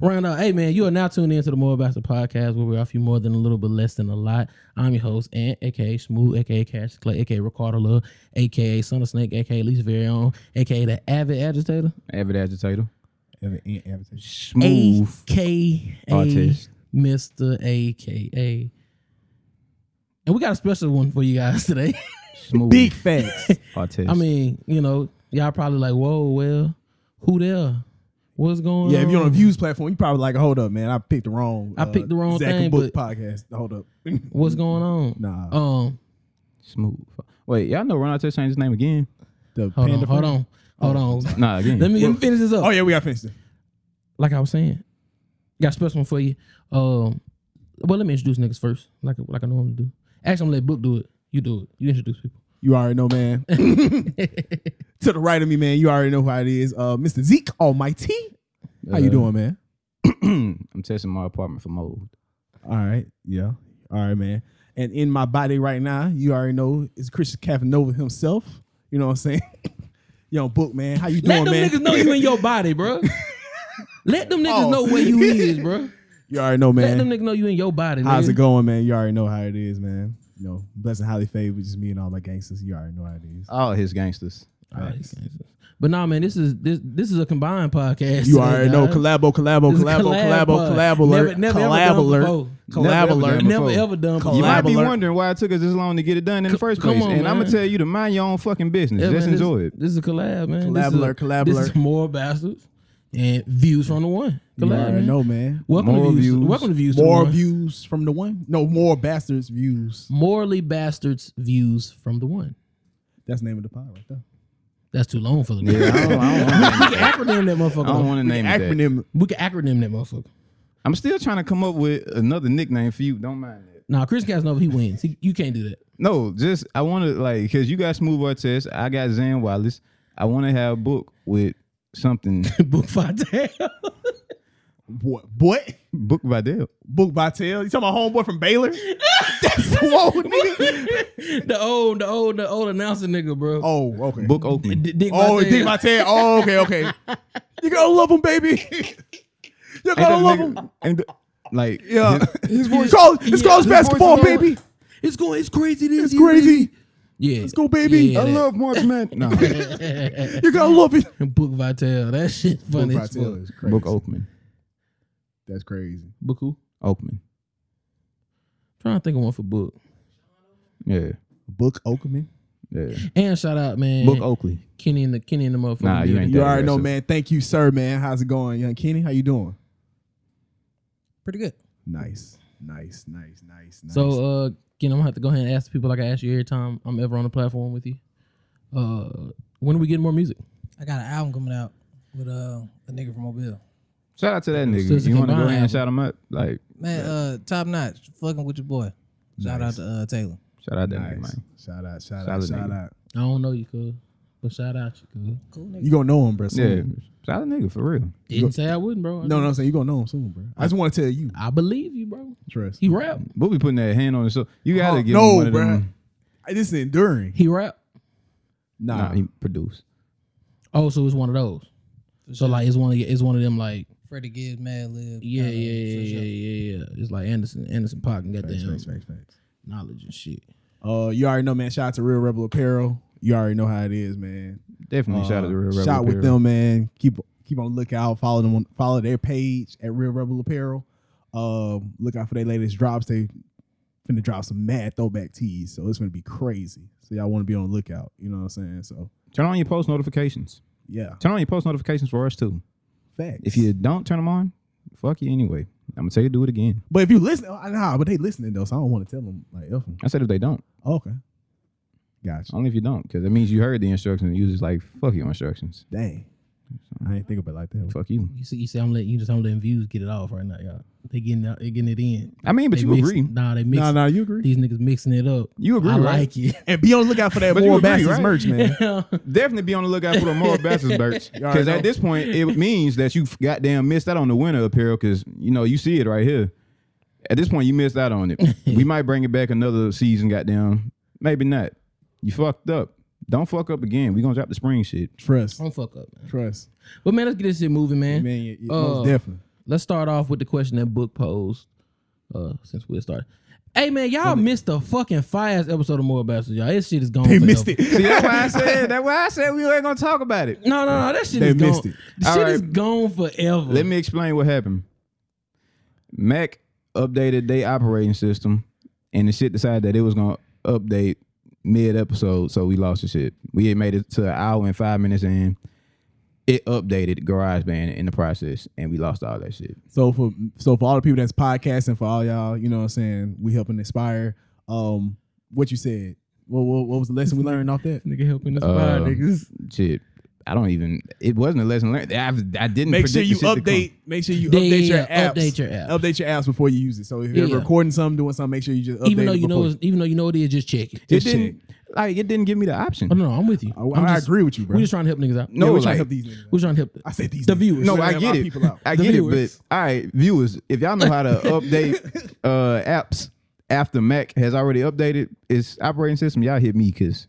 Round out. Hey, man, you are now tuned in to the More About the Podcast, where we offer you more than a little but less than a lot. I'm your host, Ant, aka Smooth, aka Cash Clay, aka Ricardo Love, aka Son of Snake, aka Lee's Very Own, aka the Avid Agitator, Avid agitator. Ever- e- ever- Smooth. aka Artist. Mr. AKA. And we got a special one for you guys today. Smooth. Big facts. Artist. I mean, you know, y'all probably like, whoa, well, who there? What's going yeah, on? if you're on a views platform, you probably like, hold up, man, I picked the wrong. Um, uh, I picked the wrong Zach thing, and Book podcast. Hold up, What's going on? nah, Um, Smooth. Wait, y'all know Ron Artest changed his name again? the hold panda. on, hold friend. on, hold on. Nah, again. Let me, let me finish this up. Oh yeah, we got finished. Like I was saying, got a special one for you. Um, well, let me introduce niggas first, like like I normally do. Actually, I'm gonna let Book do it. You do it. You introduce people. You already know, man. to the right of me, man, you already know who it is. Uh, Mr. Zeke Almighty. How you doing, man? I'm testing my apartment for mold. All right, yeah. All right, man. And in my body right now, you already know it's Christian Cavanova himself. You know what I'm saying? Yo, book man, how you Let doing, them man? niggas know you in your body, bro. Let them niggas Oh. know where you is, bro. You already know, Let them man. niggas know you in your body. How's nigga. it going, man? You already know how it is, man. You know, blessing highly favored, just me and all my gangsters. You already know how it is. All his gangsters. All right. But nah, man, this is this this is a combined podcast. You today, already know, guys. collabo, collabo, This is collabo, collab collabo, pod. collab Never- alert, never ever collab done alert, before. collab Never ever alert. done Never before. ever done. Collab You might be alert. wondering why it took us this long to get it done in the first come place. on, and I'm man. gonna tell you to mind your own fucking business. Yeah, Just man, this- enjoy it. This is a collab, man. Collab this alert, Is a, collab this alert. is more bastards and views from the one. You Collab, already man. know, man. Welcome More to views. views. Welcome to views. from the More one. views from the one. No, more bastards views. Morally bastards views from the one. That's the name of the pod right there. That's too long for the Yeah, I nigga. don't, I We can acronym that motherfucker. don't though. want to name it. that. Acronym. We can acronym that motherfucker. I'm still trying to come up with another nickname for you. Don't mind that. Nah, Chris Casanova, he wins. He, you can't do that. No, just I want to like because you got Smooth Artist, I got Zan Wallace. I want to have a book with something Book Fontaine. What? What? book by Dale. Book by tail. You talking about homeboy from Baylor? That's whoa, nigga. the old, the old, the old announcer nigga, bro. Oh, okay. Book Oakland. D- Dick oh, Vitale. Dick Vitale. Oh, okay, okay. You gotta love him, baby. You Ain't gotta love that him. nigga- ain't that- like Yeah, his voice- It's called, it's yeah, called his voice basketball, is going- baby. It's going. It's crazy. This It's year, crazy. baby. Yeah. Let's go, baby. Yeah, I that- love March Madness. No, You gotta love it. Book Vitale. That shit funny. as fuck. is crazy. book Oakman. That's crazy. Book who? Oakman. Trying to think of one for book. Yeah, Book Oakman. yeah. And shout out, man. Book Oakley. Kenny and the Kenny and the motherfucker. Nah, you ain't You that already know, aggressive. man. Thank you, sir, man. How's it going, young Kenny? How you doing? pretty good. Nice, nice, nice, nice, nice. So, uh, again, I'm gonna have to go ahead and ask the people like I ask you every time I'm ever on the platform with you. Uh, when are we getting more music? I got an album coming out with uh a nigga from Mobile. Shout out to that nigga. it's a you want to go combined ahead and album. shout him up? Like Man, uh top notch. Fucking with your boy. Shout out to uh Taylor. shout out that nigga, nice. man. Shout out, shout out, Solid shout nigga. out. I don't know you, cuz. But shout out you, cuz. Cool nigga. You gonna know him, bro. Yeah, Soon. shout out nigga for real. Didn't say I wouldn't, bro. I No, just- no, I'm saying you gonna know him soon, bro. I just want to tell you, I believe you, bro. trust. He rap. We'll be putting that hand on his shoulder. You gotta Oh, give no, him one of bruh. them. I- This is enduring. He rap. Nah, Nah, he produced. Oh, so it's one of those. So like it's one of it's one of them like Freddie Gibbs, Mad Lib. yeah yeah kinda, yeah for yeah sure. yeah yeah. It's like Anderson Anderson Park and got facts, that facts, facts, facts. knowledge and shit. Uh, you already know, man. Shout out to Real Rebel Apparel. You already know how it is, man. Definitely Uh, shout out to Real Rebel. shout with Apparel. them, man. Keep keep on the lookout. Follow them on follow their page at Real Rebel Apparel. Um, look out for their latest drops. They finna drop some mad throwback tees, so it's gonna be crazy. So y'all want to be on the lookout. You know what I'm saying? So Turn on your post notifications. yeah, Turn on your post notifications for us too. facts. If you don't turn them on, fuck you anyway. I'm gonna tell you to do it again. but if you listen, oh, nah, but they listening though, so I don't want to tell them like, F 'em. I said if they don't, Oh, okay, gotcha. only if you don't, because that means you heard the instructions and you just like fuck your instructions. Dang, I didn't think about it like that. Fuck you. You see, you see, I'm letting you just I'm letting views get it off right now, y'all. They getting out, they getting it in. I mean, but They you mix- agree. Nah, they mix. Nah, nah, you agree. These niggas mixing it up. You agree, I right? like it. And be on the lookout for that But you War agree, Bastards right? merch, man. Definitely be on the lookout for the more bastards birds. Because at this point, it means that you goddamn missed out on the winter apparel. Because you know you see it right here. At this point, you missed out on it. we might bring it back another season. Goddamn, maybe not. You fucked up. Don't fuck up again. We gonna drop the spring shit. Trust, Don't fuck up, man. trust, But man, let's get this shit moving, man. man. yeah, yeah, Uh, most definitely. Let's start off with the question that Book posed. Uh, since we started. Hey man, y'all missed a fucking fire ass episode of More Bastards, y'all. This shit is gone. They forever. missed it. See, that's why I said that's why I said we ain't gonna talk about it. No, no, no. That shit They is missed gone. it. The All shit right. is gone forever. Let me explain what happened. Mac updated their operating system, and the shit decided that it was gonna update mid episode, so we lost the shit. We had made it to an hour and five minutes in. It updated GarageBand in the process, and we lost all that shit. So for so for all the people that's podcasting, for all y'all, you know what I'm saying, we helping inspire. Um, what you said. What, what, what was the lesson we learned off that? nigga helping us Uh, fire niggas. Shit, I don't even. It wasn't a lesson learned. I, I didn't Make predict sure the you shit to come. update. Make sure you Yeah, update your yeah, apps. update your apps. Update your apps before you use it. So if you're Yeah. recording something, doing something, make sure you just update Even though it you know, before- it's, even though you know it is, just check it. It Just didn't. Like it didn't give me the option. Oh, no, no, I'm with you. I, I'm I just- agree with you, bro. We're just trying to help niggas out. No, yeah, we like- trying to help these niggas. We're just trying to help. I said these. The niggas. viewers. No, We're I trying to help get our it. People out. I The get viewers. it. But all right, viewers, if y'all know how to update uh, apps after Mac has already updated its operating system, y'all hit me because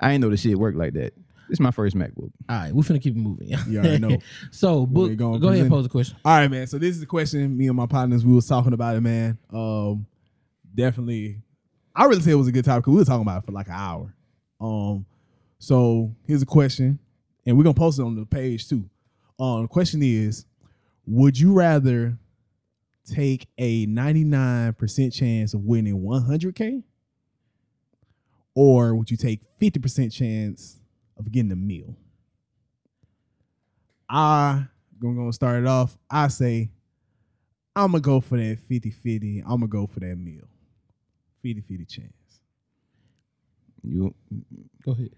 I ain't know the shit worked like that. This is my first MacBook. All right, we're finna keep it moving. You already know. so, we book, go ahead and going, present? pose a question. All right, man. So this is the question me and my partners we was talking about it, man. Um, definitely, I really say it was a good topic. 'cause We were talking about it for like an hour. Um, so here's a question, and we're gonna post it on the page too. Um, the question is, would you rather take a 99% chance of winning 100k, or would you take 50% chance of getting a meal? I gonna gonna start it off. I say I'm gonna go for that 50-50. I'm gonna go for that meal. 50-50 chance. You, Go ahead.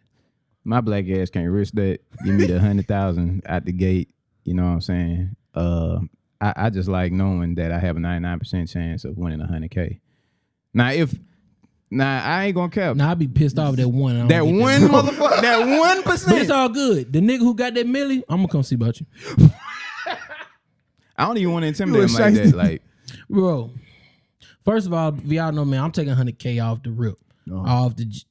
my black ass can't risk that. Give me the hundred thousand at the gate. You know what I'm saying? Uh, I, I just like knowing that I have a 99 percent chance of winning 100k. Now, if now I ain't gonna cap Now, I'd be pissed off that one. I don't that get one motherfucker, that one But it's percent. all good. The nigga who got that millie, I'm gonna come see about you, I don't even want to intimidate him You a like that. shyster. Like. bro. First of all, if y'all know, man, I'm taking 100k off the rip, off the j-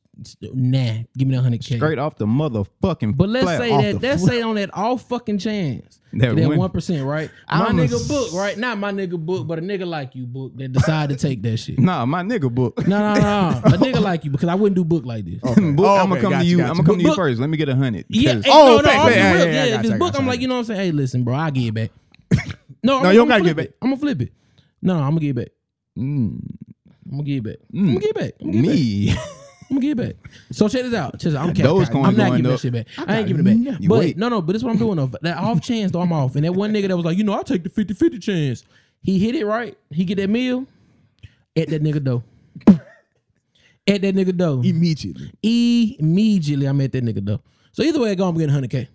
nah. Give me the 100k. Uh-huh. straight off the motherfucking. But let's flat say off the that let's foot. say on that all fucking chance. That That win- one percent, right? My I'm a nigga s- book, right? Not my nigga book, but a nigga like you book that decide to take that shit. No, Nah, my nigga book. no, no, a nigga like you because I wouldn't do book like this. book Oh, I'm gonna okay, come gotcha, to you. gotcha. I'm gonna come to you Book- first. Let me get a hundred. Yeah, 'Cause- hey, Oh, no, no, fact, off the fact, rip, yeah, yeah, yeah, I if got it's you, I book, got I'm you. like, you know what I'm saying? Hey, listen, bro, I get it back. No, I'm, No, I'm you don't gotta flip get it. I'm gonna flip it. No, I'm gonna get it back. Mm, I'm gonna get it back. Mm. I'm gonna get it back. I'm gonna get it back. me. I'm gonna get it back. So check this out. Check this out. I'm, cap- Those coins I'm not going giving that up. shit back. I ain't giving it back. You but wait. no, no, but this is what I'm doing though. That off chance though, I'm off. And that one nigga that was like, you know, I'll take the 50-50 chance. He hit it right. He get that meal. At that nigga though. at that nigga though. Immediately. Immediately I'm at that nigga though. So either way I go, I'm getting 100K.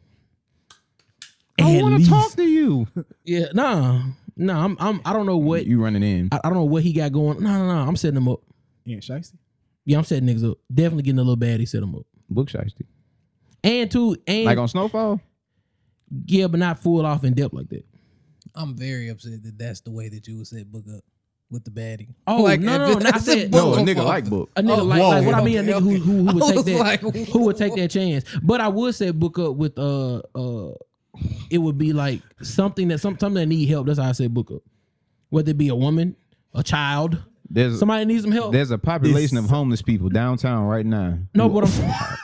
I At want to least. talk to you. Yeah, nah. Nah, I'm I'm I don't know what You running in? I, I don't know what he got going. No, no, no. I'm setting him up. Yeah, shiesty. Yeah, I'm setting niggas up. Definitely getting a little bad. He set him up. Book shiesty. And two, and Like on Snowfall. yeah, but not full off in depth like that. I'm very upset that that's the way that you would set book up with the baddie. Oh, Like, no, if no, it- no, I it's a said- book No, a on nigga fuck. like book. A nigga Oh, like, whoa, like what I okay, mean, a nigga okay. who, who, who I would take was that like, who would take that chance. But I would set book up with uh uh it would be like something that some something that need help. That's how I said book up. Whether it be a woman, a child, There's somebody that needs some help. there's a population of homeless people downtown right now. No, but I'm.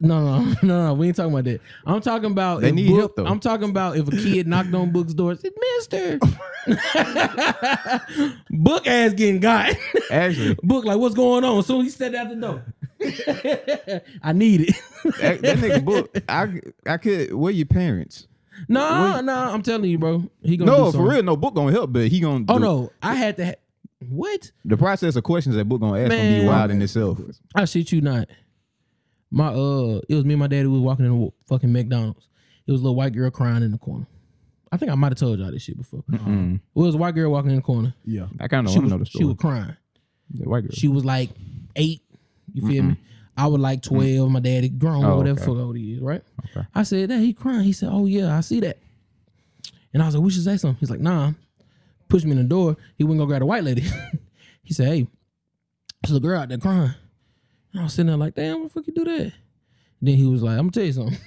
No, no, no, no. We ain't talking about that. I'm talking about They if need book- help, though. I'm talking about if a kid knocked on Book's door, said, "Mister, Book ass getting got." actually Book like, "What's going on?" Soon he stepped out the door. I need it. that, that nigga book. I I could. Where your parents? no, no. I'm telling you, bro. He gonna do No, for something. real. No book gonna help, but he gonna. Oh the, no, I had to. Ha- what? The process of questions that book gonna ask gonna be Man. wild in itself. I shit you not. My uh, it was me and my daddy. We was walking in the fucking McDonald's. It was a little white girl crying in the corner. I think I might have told y'all this shit before. Mm. It was a white girl walking in the corner. Yeah. I kind of She want to was, know the she was story. crying. The white girl. She was like eight. You feel me? I was like twelve. My daddy grown, Oh, whatever okay. fuck old he is, right? Okay. I said that he crying. He said, "Oh yeah, I see that." And I was like, "We should say something." He's like, "Nah." Pushed me in the door. He wouldn't go grab a white lady. he said, "Hey, there's a girl out there crying." And I was sitting there like, "Damn, why the fuck you do that?" Then he was like, "I'm gonna tell you something.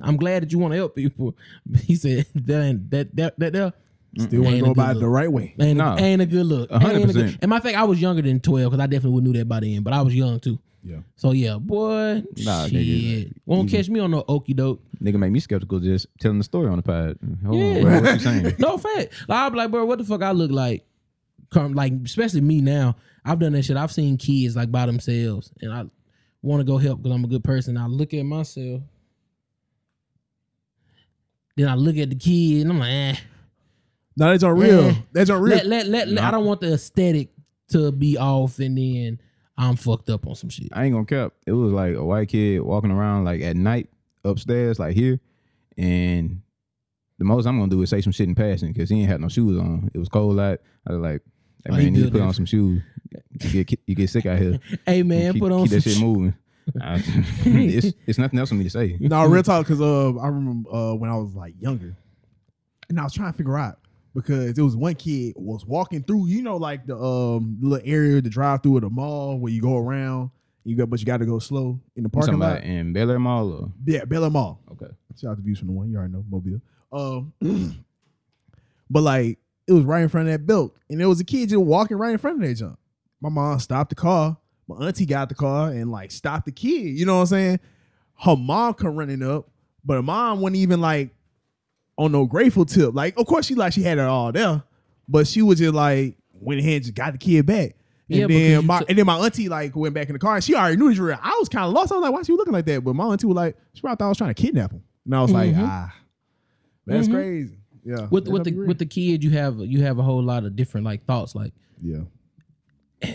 I'm glad that you want to help people." He said, "That ain't that that that there Still want to Ain't go a about good it the look. right way. Ain't, Nah. a, ain't a good look. A hundred Ain't a good- percent. And my thing, I was younger than twelve because I definitely knew that by the end. But I was young too. Yeah. So yeah, boy, Nah, nigga, shit, won't catch me on no okey doke. Nigga make me skeptical just telling the story on the pod. Hold Yeah. on, bro, what you saying? No fact. Like, I'll be like, bro, what the fuck I look like? Come, like, especially me now. I've done that shit. I've seen kids like by themselves, and I want to go help because I'm a good person. I look at myself, then I look at the kid, and I'm like, eh. No, that's unreal. Yeah. That's unreal. let, let, let, let- I don't want the aesthetic to be off, and then I'm fucked up on some shit. I ain't gonna cap. It was like a white kid walking around like at night upstairs, like here, and the most I'm gonna do is say some shit in passing because he ain't had no shoes on. It was cold out. I was like, hey, Oh, man, he you need to built put on different. some shoes. You get you get sick out here. Hey man, keep, put on some keep that shit shit. moving. I- it's it's nothing else for me to say. no, real talk, because uh, I remember uh, when I was like younger, and I was trying to figure out because it was one kid was walking through, you know, like the um little area, the drive through of the mall where you go around, you go, but you got to go slow in the You talking parking lot. about in Bel Air Mall or Yeah, Bella Mall. okay? Shout out to Views from the One. You already know, Mobile. Um, but like it was right in front of that belt, and there was a kid just walking right in front of that jump. My mom stopped the car. My auntie got out the car and like stopped the kid. You know what I'm saying? Her mom come running up, but her mom wasn't even like on no grateful tip. Like, of course she like she had it all there, but she was just like went ahead and just got the kid back. And Yeah, because then you my took- and then my auntie like went back in the car and she already knew this real. I was kind of lost. I was like, why she looking like that? But my auntie was like, she probably thought I was trying to kidnap him. And I was Mhm. like, ah, that's Mhm. crazy. Yeah. With That's with the real. with the kid, you have you have a whole lot of different like thoughts. Like yeah.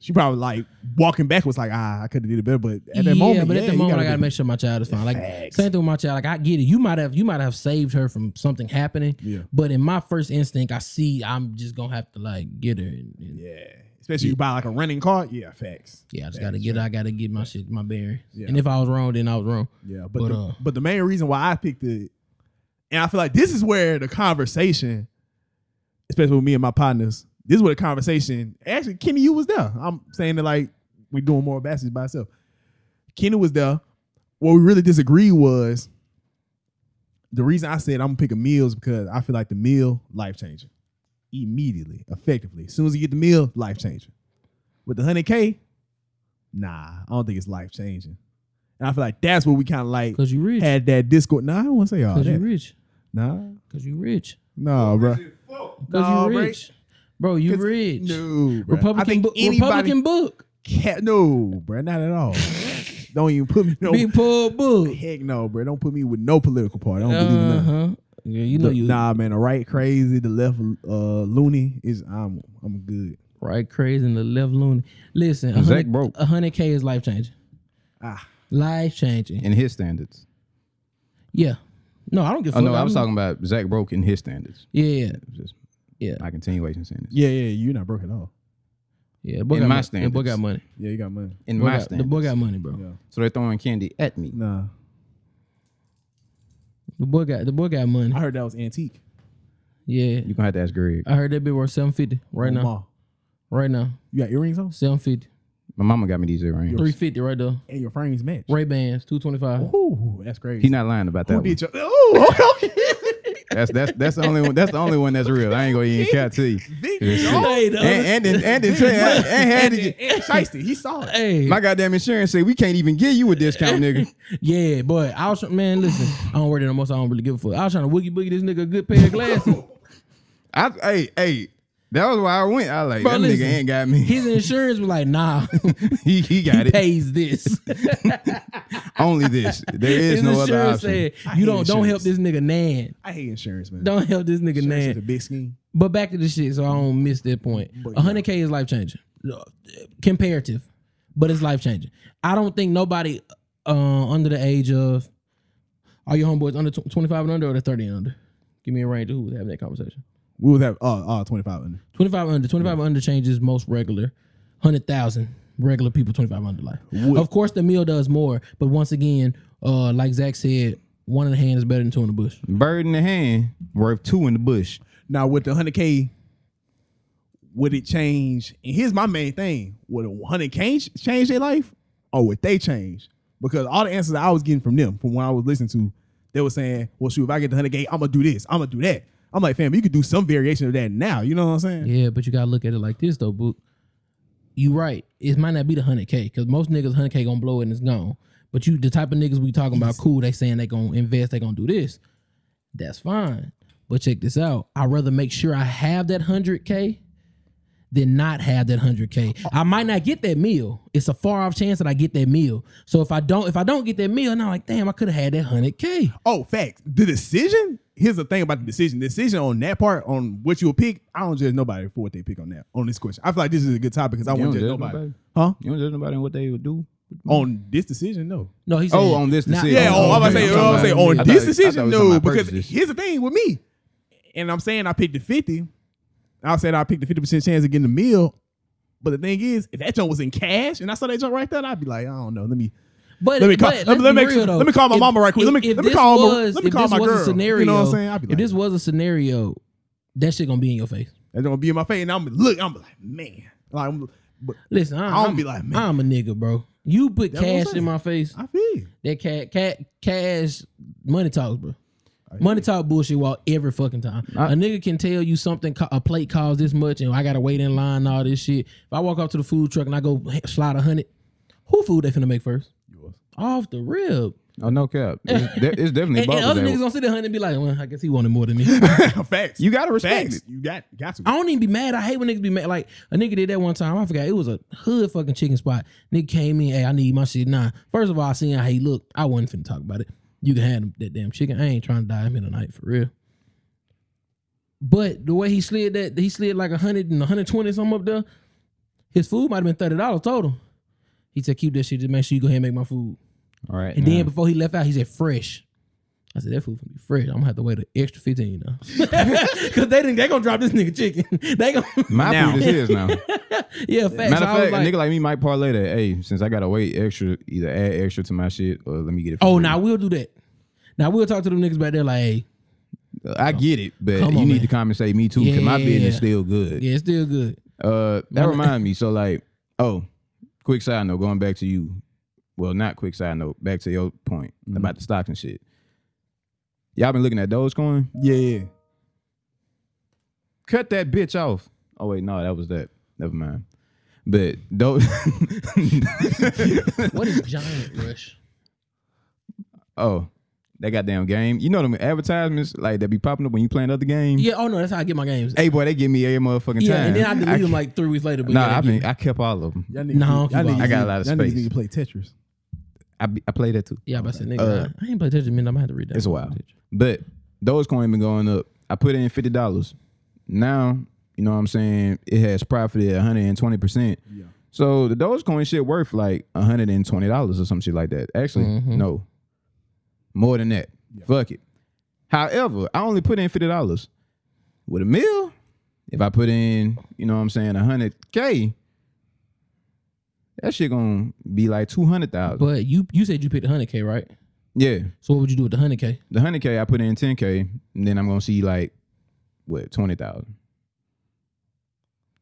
She probably like walking back was like, ah, I could have did it better, but at that yeah, moment, but yeah, at the you moment, I gotta gotta be- make sure my child is fine. Like Facts. same thing with my child. Like I get it. You might have you might have saved her from something happening. Yeah. But in my first instinct, I see I'm just gonna have to like get her. And, and- yeah. yeah, especially you buy like a renting car, yeah, facts, I just gotta get. her. I gotta get my shit, my bearings. Yeah. And if I was wrong, then I was wrong. yeah, but But, the, uh, but the main reason why I picked it, and I feel like this is where the conversation, especially with me and my partners, this is where the conversation. Actually, Kenny, you was there. I'm saying that like we doing more baskets by itself. Kenny was there. What we really disagreed was the reason I said I'm gonna pick a meal is because I feel like the meal life changing immediately, effectively. As soon as you get the meal, life changing. With the hundred K, nah, I don't think it's life changing. And I feel like that's what we kind of like Cause you rich. had that Discord. Nah, I don't want to say all Cause you that. rich. Nah, Cause you rich. no, bro. Cause Nah, you bro. rich. Bro, you 'Cause- rich. No, bro. I Republican think book. anybody Republican book. Can't, no, bro, not at all. don't even put me. No, Big poor book. heck no, bro. Don't put me with no political party. I don't believe in Uh that. huh. Yeah, you know The- you Nah, man, the right crazy, the left uh loony is I'm I'm good. right crazy and the left loony. Listen, a Zach hundred- broke. a hundred K is life changing. Ah. Life changing. In his standards. Yeah. No, I don't give a Oh fuck. no, I I'm- was talking about Zach broke in his standards. Yeah, yeah, Just yeah. my continuation standards. Yeah, yeah, you're not broke at all. yeah. Boy In got my money. The boy standards. got money. Yeah, you got money. In Boy my got, the standards. boy got money, bro. Yeah. so they're throwing candy at me. Nah. The boy got the boy got money. I heard that was antique. Yeah. You're gonna have to ask Greg. I heard that bit worth seven fifty right Oh, now. Ma, Right now. You got earrings on? Seven fifty. My mama got me these earrings. Three fifty right there. And your frames match. Ray Bans, two twenty five. Ooh, that's crazy. He's not lying about that. Who One. did your Ooh, okay. That's that's that's the only one. That's the only one that's real. I ain't gonna even cat to you. Big dog. Hey, the other- And and and, and, and, and, and, and, And Shiesty, he saw it. hey. my goddamn insurance said we can't even give you a discount, nigga. Yeah, boy. I was man, listen, I don't work there no more, so I don't really give a fuck. I was trying to woogie boogie this nigga a good pair of glasses. I hey hey, that was why I went. I like Bro, that listen. nigga ain't got me. His insurance was like, nah, He he got it. pays this. Only this. There is His no insurance other option. said, I you hate don't don't help insurance. this nigga nan. I hate insurance, man. Don't help this nigga insurance is nan. a big scheme. But back to the shit, so I don't miss that point. But, A hundred k is life changing, comparative, but it's life changing. I don't think nobody uh, under the age of are your homeboys under twenty five and under or the thirty and under. Give me a range of who was having that conversation. We would have oh, oh 25 under. Twenty five under, twenty five under changes most regular, hundred thousand regular people twenty five under life. Of course, the meal does more, but once again, uh, like Zach said, one in the hand is better than two in the bush. Bird in the hand, worth two in the bush. Now with the 100k, would it change? And here's my main thing: Would a 100k ch- change their life, or would they change? Because all the answers I was getting from them, from when I was listening to, they were saying, "Well, shoot, if I get the 100k, I'm gonna do this, I'm gonna do that, I'm like, fam, you could do some variation of that now. You know what I'm saying? Yeah, but you gotta look at it like this though, Book. You right. It might not be the hundred K because most niggas hundred K gonna blow it and it's gone. But you the type of niggas we talking about, cool, they saying they gonna invest, they gonna do this. That's fine. But check this out. I'd rather make sure I have that hundred K than not have that hundred K. I might not get that meal. It's a far off chance that I get that meal. So if I don't, if I don't get that meal, now like, damn, I could have had that hundred K. Oh, facts. The decision. Here's the thing about the decision. The decision on that part, on what you will pick, I don't judge nobody for what they pick on that on this question. I feel like this is a good topic because I You won't don't judge judge nobody. nobody. Huh? You don't judge nobody on what they would do. On this decision, no. No, he's um, Oh, on this decision. Yeah, Oh, on, I'm about to okay. say, I'm I'm about to say talking on about- I this thought- I thought decision, we was talking no, about because purchases. here's the thing with me, and I'm saying I picked the 50. I said I picked the 50 percent chance of getting the meal, but the thing is, if that junk was in cash and I saw that junk right there, I'd be like, I don't know, let me. But Let me call- but let me- let me be make- real, though. let me call my If- mama right quick. Let me- if let me this call my- let me if call this was a my girl. You know Scenario, what I'm saying? I'd be if like- this was a scenario, that shit gonna be in your face. That's gonna be in my face, and I'm look, I'm like, man, like, I'm, but Listen, I, I don't am be like, man. I'm a nigga, bro. You put That's what I'm cash in saying. my face. I feel. you. That cat, cat, cash, money talks, bro. Money talk bullshit while every fucking time. A I- nigga can tell you something, co- a plate costs this much, and I gotta wait in line and all this shit. If I walk up to the food truck and I go h- slide a hundred, who food they finna make first? Off the rib. Oh no cap. It's, de- it's definitely And, and other niggas both. gonna sit there hundred and be like, well, I guess he wanted more than me. Facts. You gotta respect Facts. it. You got got to. I don't even be mad. I hate when niggas be mad. Like a nigga did that one time. I forgot it was a hood fucking chicken spot. Nigga came in. Hey, I need my shit. Nah. First of all, I seen how he looked. I wasn't finna talk about it. You can have that damn chicken. I ain't trying to die him in the night for real. But the way he slid that, he slid like a hundred and a hundred twenty something up there. His food might have been thirty dollars total. He said, "Keep that shit. Just make sure you go ahead and make my food." All right. And now. then before he left out, he said fresh. I said that food gonna be fresh. I'm gonna have to wait an extra fifteen though, because they didn't, they gonna drop this nigga chicken. they gonna my Now. food is his now. yeah. Facts. Matter So of I was fact, like, a nigga like me might parlay that. Hey, since I gotta wait extra, either add extra to my shit or let me get it. for oh, free. now we'll do that. Now we'll talk to them niggas back there. Like, hey, I get it, but Come you on, need man. to compensate me too because my Yeah. business still good. yeah, it's still good. Uh, that Well, reminds me. So like, oh, quick side note. Going back to you, well, not quick side note. Back to your point Mm-hmm. about the stocks and shit. Y'all been looking at Dogecoin? yeah, yeah. Cut that bitch off. Oh wait, no, that was that. Never mind. But Doge. What is giant rush? oh, that goddamn game. You know them advertisements like that be popping up when you playing other games. Yeah. Oh no, that's how I get my games. Hey boy, they give me every motherfucking yeah, time. and then I delete them can't- like three weeks later. But Nah, yeah, I they been get- I kept all of them. Y'all Nah, I don't y'all keep niggas out. I got a lot of y'all niggas space. need to play Tetris. I be, I played that too. yeah, but I said nigga, Uh, I ain't play Tetris. Man, I'm gonna have to read that. It's a while. But Dogecoin been going up. I put in fifty dollars. Now, you know what I'm saying? It has profited 120 percent. Yeah. So the Dogecoin shit worth like 120 dollars or some shit like that. Actually, Mhm. no. More than that. Mm-hmm. Yeah. Fuck it. However, I only put in fifty dollars. With a meal, if I put in, you know what I'm saying, hundred K, that shit gonna be like two hundred thousand. But you you said you picked the hundred k right? Yeah. So what would you do with the hundred k? the hundred k I put in ten k, and then I'm gonna see like what twenty thousand.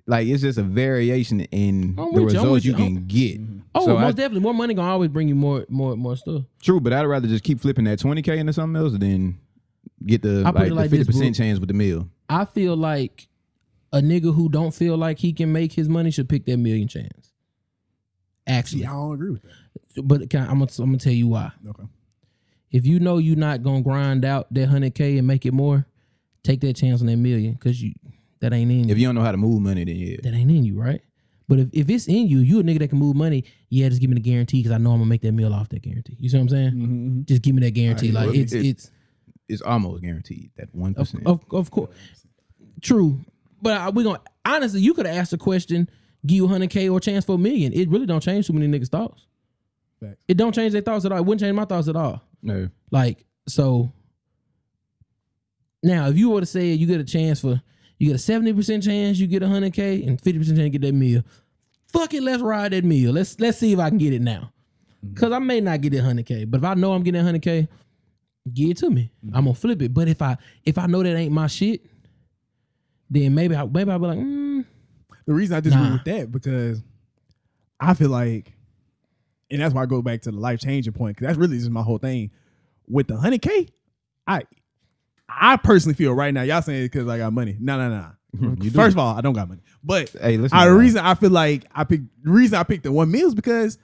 Like it's just a variation in I'm the with you, I'm with results you, you, can get. Oh, So most I- definitely. More money gonna always bring you more more more stuff. True, but I'd rather just keep flipping that twenty k into something else than get the I put it like the like fifty this, percent Boog. chance with the meal. I feel like a nigga who don't feel like he can make his money should pick that million chance. Actually, Yeah, I don't agree with that. but can I, I'm gonna I'm gonna tell you why. Okay. If you know you're not gonna grind out that hundred k and make it more, take that chance on that million because you that ain't in you. If you don't know how to move money, then yeah. that ain't in you, right? But if, if it's in you, you a nigga that can move money. Yeah, just give me the guarantee because I know I'm gonna make that meal off that guarantee. You see what I'm saying? Mm-hmm. Just give me that guarantee. I- like it- it's Mm. it- it's It's almost guaranteed that one Of, percent. of, of course. True. But I- we going to, honestly, you could have asked the question, give you 100K or a chance for a million. It really don't change too many niggas' thoughts. Facts. It don't change their thoughts at all. It wouldn't change my thoughts at all. No, Like, so now if you were to say you get a chance for, you get a 70% chance you get 100K and 50% chance you get that meal. Fuck it, let's ride that meal. Let's let's see if I can get it now. Cause I may not get it 100K, but if I know I'm getting 100K, give it to me. I'm gonna flip it. But if I if I know that ain't my shit, then maybe I maybe I'll be like, mm, The reason I disagree Nah. with that because I feel like, and that's why I go back to the life changing point because that's really just my whole thing with the hundred k. I I personally feel right now, y'all saying it because I got money. No, no, no. You do. First of all, I don't got money. But Hey, listen. I, the man. reason I feel like I picked the reason I picked the one meal is because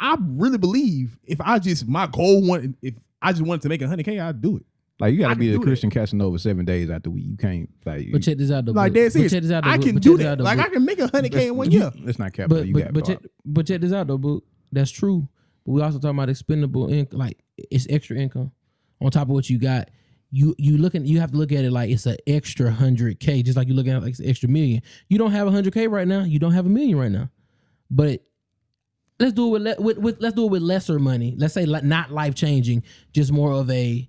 I really believe if I just my goal one if I just wanted to make a hundred K, I'd do it. like you got I to be can the do Christian Casanova seven days out the week. You can't like. But check this out. The Like book. dead But serious. check this out. though, I Book. can But do check this out, that. though, Like I Book. can make a hundred K in one year. It's not capital. but you but got but check, but check this out though, boo. That's true. But we also talking about expendable income, like it's extra income on top of what you got. You you looking you have to look at it like it's an extra hundred k, just like you looking at it like it's an extra million. You don't have a hundred k right now. You don't have a million right now. But let's do it with, le- with, with let's do it with lesser money. Let's say like not life changing, just more of a.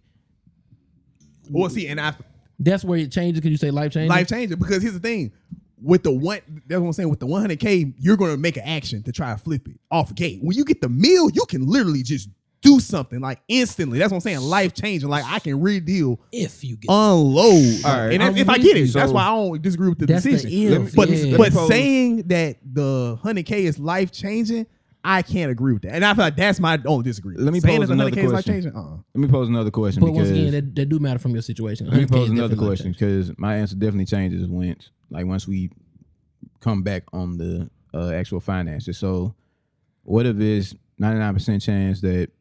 Well, see, and I That's where it changes because you say life changing. life changing because here's the thing. With the one, that's what I'm saying. With the 100K, you're gonna make an action to try to flip it off gate. When you get the meal, you can literally just do something like instantly. That's what I'm saying. Life changing. Like I can really deal If you get unload. All right. And that's, I'm if I with get you. it, that's So- why I don't disagree with the That's the decision. if, but yeah. but Pose. saying that the 100K is life changing, I can't agree with that. And I feel like that's my only disagreement. Let me saying pose that the 100K another is life question. changing. Uh-uh. Let me pose another question but once because again, that, that do matter from your situation. let me 100K is pose another definitely life question because my answer definitely changes once like once we come back on the uh, actual finances. So what if it's ninety nine percent chance that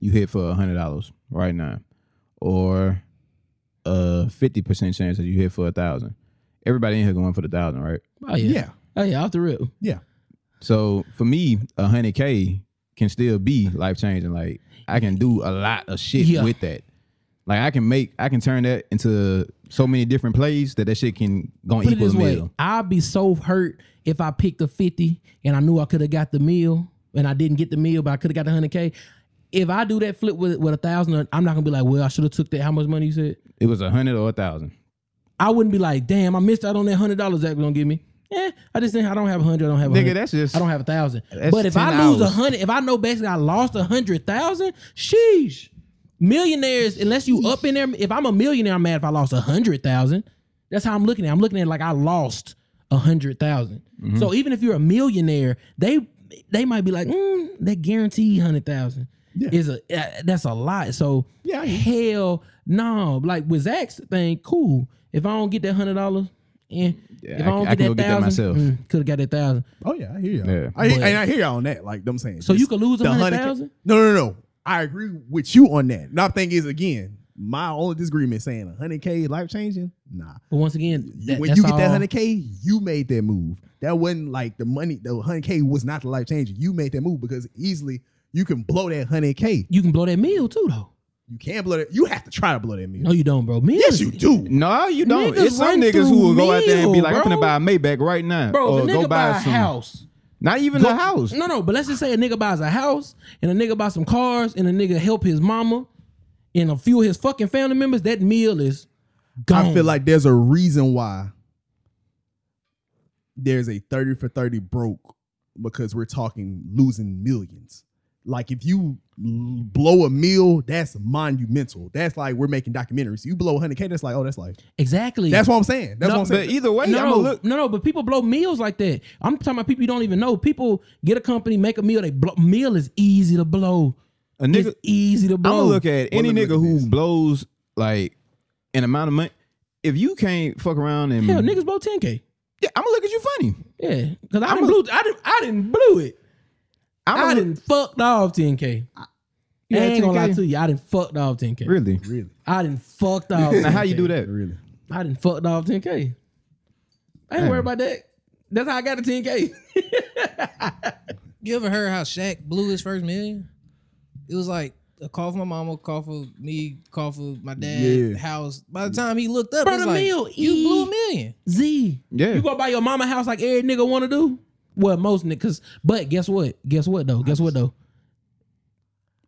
you hit for hundred dollars right now, or a fifty percent chance that you hit for a thousand? Everybody in here going for the thousand, right? changing. Oh yeah. Yeah. Oh yeah. Off the rip. So for me, a hundred K can still be life changing. Like I can do a lot of shit Yeah. with that. Like I can make, I can turn that into so many different plays that that shit can go Put it equal this a way, meal. I'd be so hurt if I picked the 50 and I knew I could have got the meal and I didn't get the meal, but I could have got the 100K. If I do that flip with with a thousand, I'm not gonna be like, well, I should have took that. How much money you said? It was a hundred or a thousand. I wouldn't be like, damn, I missed out on that hundred dollars that gonna give me. Yeah, I just think I don't have a hundred. I don't have a Nigga, hundred. that's just. I don't have a thousand. That's But if 10 I lose a hours. hundred, if I know basically I lost a hundred thousand, sheesh. Millionaires, unless you up in there, if I'm a millionaire, I'm mad if I lost a hundred thousand. That's how I'm looking at. it. I'm looking at it like I lost a hundred thousand. So even if you're a millionaire, they they might be like, mm, that guaranteed hundred thousand Yeah. is a uh, that's a lot. So Yeah, I hear hell no. Like with Zach's thing, cool. If I don't get that hundred dollars, eh. Yeah, if I I don't can- I get can that go get that thousand, myself. could have got that thousand. Oh yeah, I hear y'all. Yeah. I hear, But- and I hear y'all on that. Like I'm saying, So you just could lose the 100,000? 100K No, no, no, no. I agree with you on that. My thing is again, my only disagreement saying hundred K life changing. Nah, But once again, that, when that's you get that all- hundred K, you made that move. That wasn't like the money. The hundred K was not the life changing. You made that move because easily you can blow that hundred K. you can blow that meal too, though. You can blow that. You have to try to blow that meal. No, you don't, bro. Meal yes, is- you do. No, you don't. Niggas it's some run niggas through who will go out there and be meal, like, "I'm bro. finna buy a Maybach right now," Bro, Oh, or if a nigga go buy, buy, a some. house. Not even a house. No, no, but let's just say a nigga buys a house and a nigga buys some cars and a nigga help his mama and a few of his fucking family members, that meal is gone. I feel like there's a reason why there's a 30 for 30 broke because we're talking losing millions. Like if you l- blow a meal, that's monumental. That's like we're making documentaries. You blow 100k, that's like oh, that's life. Exactly. That's what I'm saying. That's No, what But I'm saying. either way, no, I'm no, gonna look. no, no, but people blow meals like that. I'm talking about people you don't even know. People get a company, make a meal. They blow, meal is easy to blow. A nigga, it's easy to I'm blow. gonna look at Well, any let me nigga look at who this. blows like an amount of money. If you can't fuck around and Hell, niggas blow 10k. yeah, I'm gonna look at you funny. Yeah, because I I'm didn't blew. I didn't. I didn't blew it. I'm I gonna- didn't fucked off 10k. You I had ain't gonna lie 10K? to you. I didn't fucked off 10k. Really? Really, I didn't fucked off. 10K. Now how you do that? really. I didn't fucked off 10k. I ain't Damn. worried about that. That's how I got a 10k. You ever heard how Shaq blew his first million? It was like a call for my mama, call for me, call for my dad, Yeah. house. By the time he looked up, Bro, it was the like, meal, you E. blew a million. Z. Yeah. You go buy your mama house like every nigga want to do. Well, most niggas. But guess what? Guess what though? Guess what though?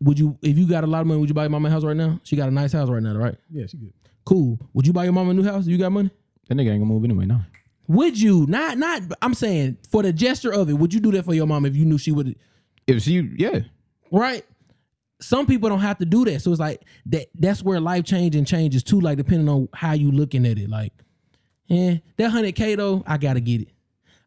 Would you if you got a lot of money? Would you buy your mama a house right now? She got a nice house right now, right? Yeah, she good. Cool. Would you buy your mama a new house? if You got money? That nigga ain't gonna move anyway. No. Would you not? Not. I'm saying for the gesture of it. Would you do that for your mom if you knew she would? If she, yeah, Right. Some people don't have to do that. So it's like that. That's where life changing changes too. Like depending on how you looking at it. Like, yeah, that hundred k though, I gotta get it.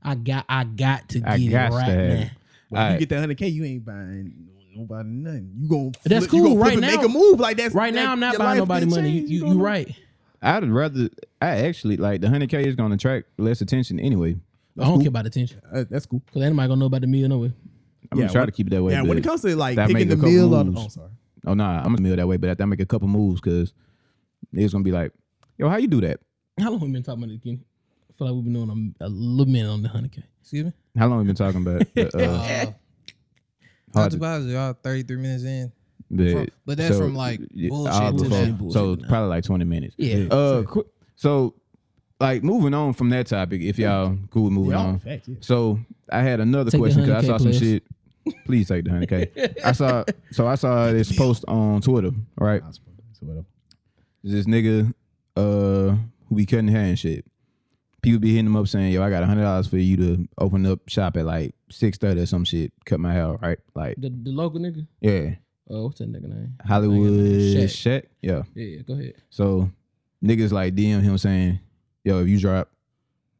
I got. I got to get I it got to right have now. it. When All you right. get that 100k, you ain't buying no- nobody nothing. You gonna flip, That's You cool. gonna flip Right and now- make a move like that's Right that- now, I'm not your buying life nobody done money. changed. You, you, don't you know. right. I'd rather I actually like the hundred K is gonna attract less attention anyway. I don't care about attention Uh, that's cool. because anybody gonna know about the meal no way. I'm Yeah, gonna try when- to keep it that way. Yeah, when but- it comes to like that make picking the a couple meal, on, moves. oh sorry, oh nah, I'm gonna meal that way, but after I make a couple moves because it's gonna be like, yo, how you do that? How long we been talking about it again? I feel like we've been doing a, a little minute on the hundred k. Excuse me. How long we been talking about? the, uh, Uh, hard Hot to- deposit, y'all 33 minutes in. the- From- but that's from, like, yeah, bullshit all to before. that bullshit So now. probably like twenty minutes. Yeah. Uh, qu- so like moving on from that topic, if y'all cool with moving Yeah, on. in fact, yeah. So I had another Take the question because 100K I saw some plus. shit. Please take the hundred k. I saw so I saw this post on Twitter. Right, Nah, it's fine. It's whatever. this nigga uh who be cutting hair and shit. People be hitting him up saying, "Yo, I got a hundred dollars for you to open up shop at like six thirty or some shit. Cut my hair, right? Like, The, the local nigga. yeah, Oh, what's that nigga name? Hollywood Shaq. Shaq. Yeah, Yeah, go ahead. So niggas like DM him saying, "Yo, if you drop,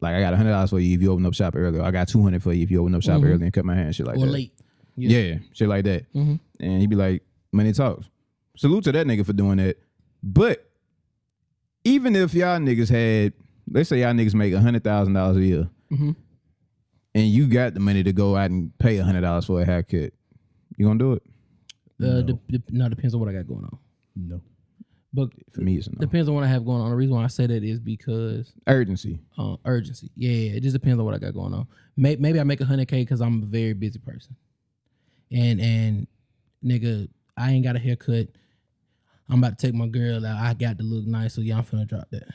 like I got hundred dollars for you if you open up shop earlier. I got two hundred for you if you open up shop Mhm. early and cut my hand, shit like or that. late. Yeah. Mm-hmm. shit like that." Mhm. And he be like, "Money talks." Salute to that nigga for doing that. But even if y'all niggas had, let's say y'all niggas make hundred thousand dollars a year, Mhm. and you got the money to go out and pay hundred dollars for a haircut, you gonna do it? Uh, de- de- no, depends on what I got going on. No, But For me, it's a no. depends on what I have going on. The reason why I say that is because urgency. uh, urgency. Yeah, yeah, it just depends on what I got going on. May- maybe I make a hundred k because I'm a very busy person, and and nigga, I ain't got a haircut. I'm about to take my girl out. I got to look nice, so yeah, I'm finna drop that.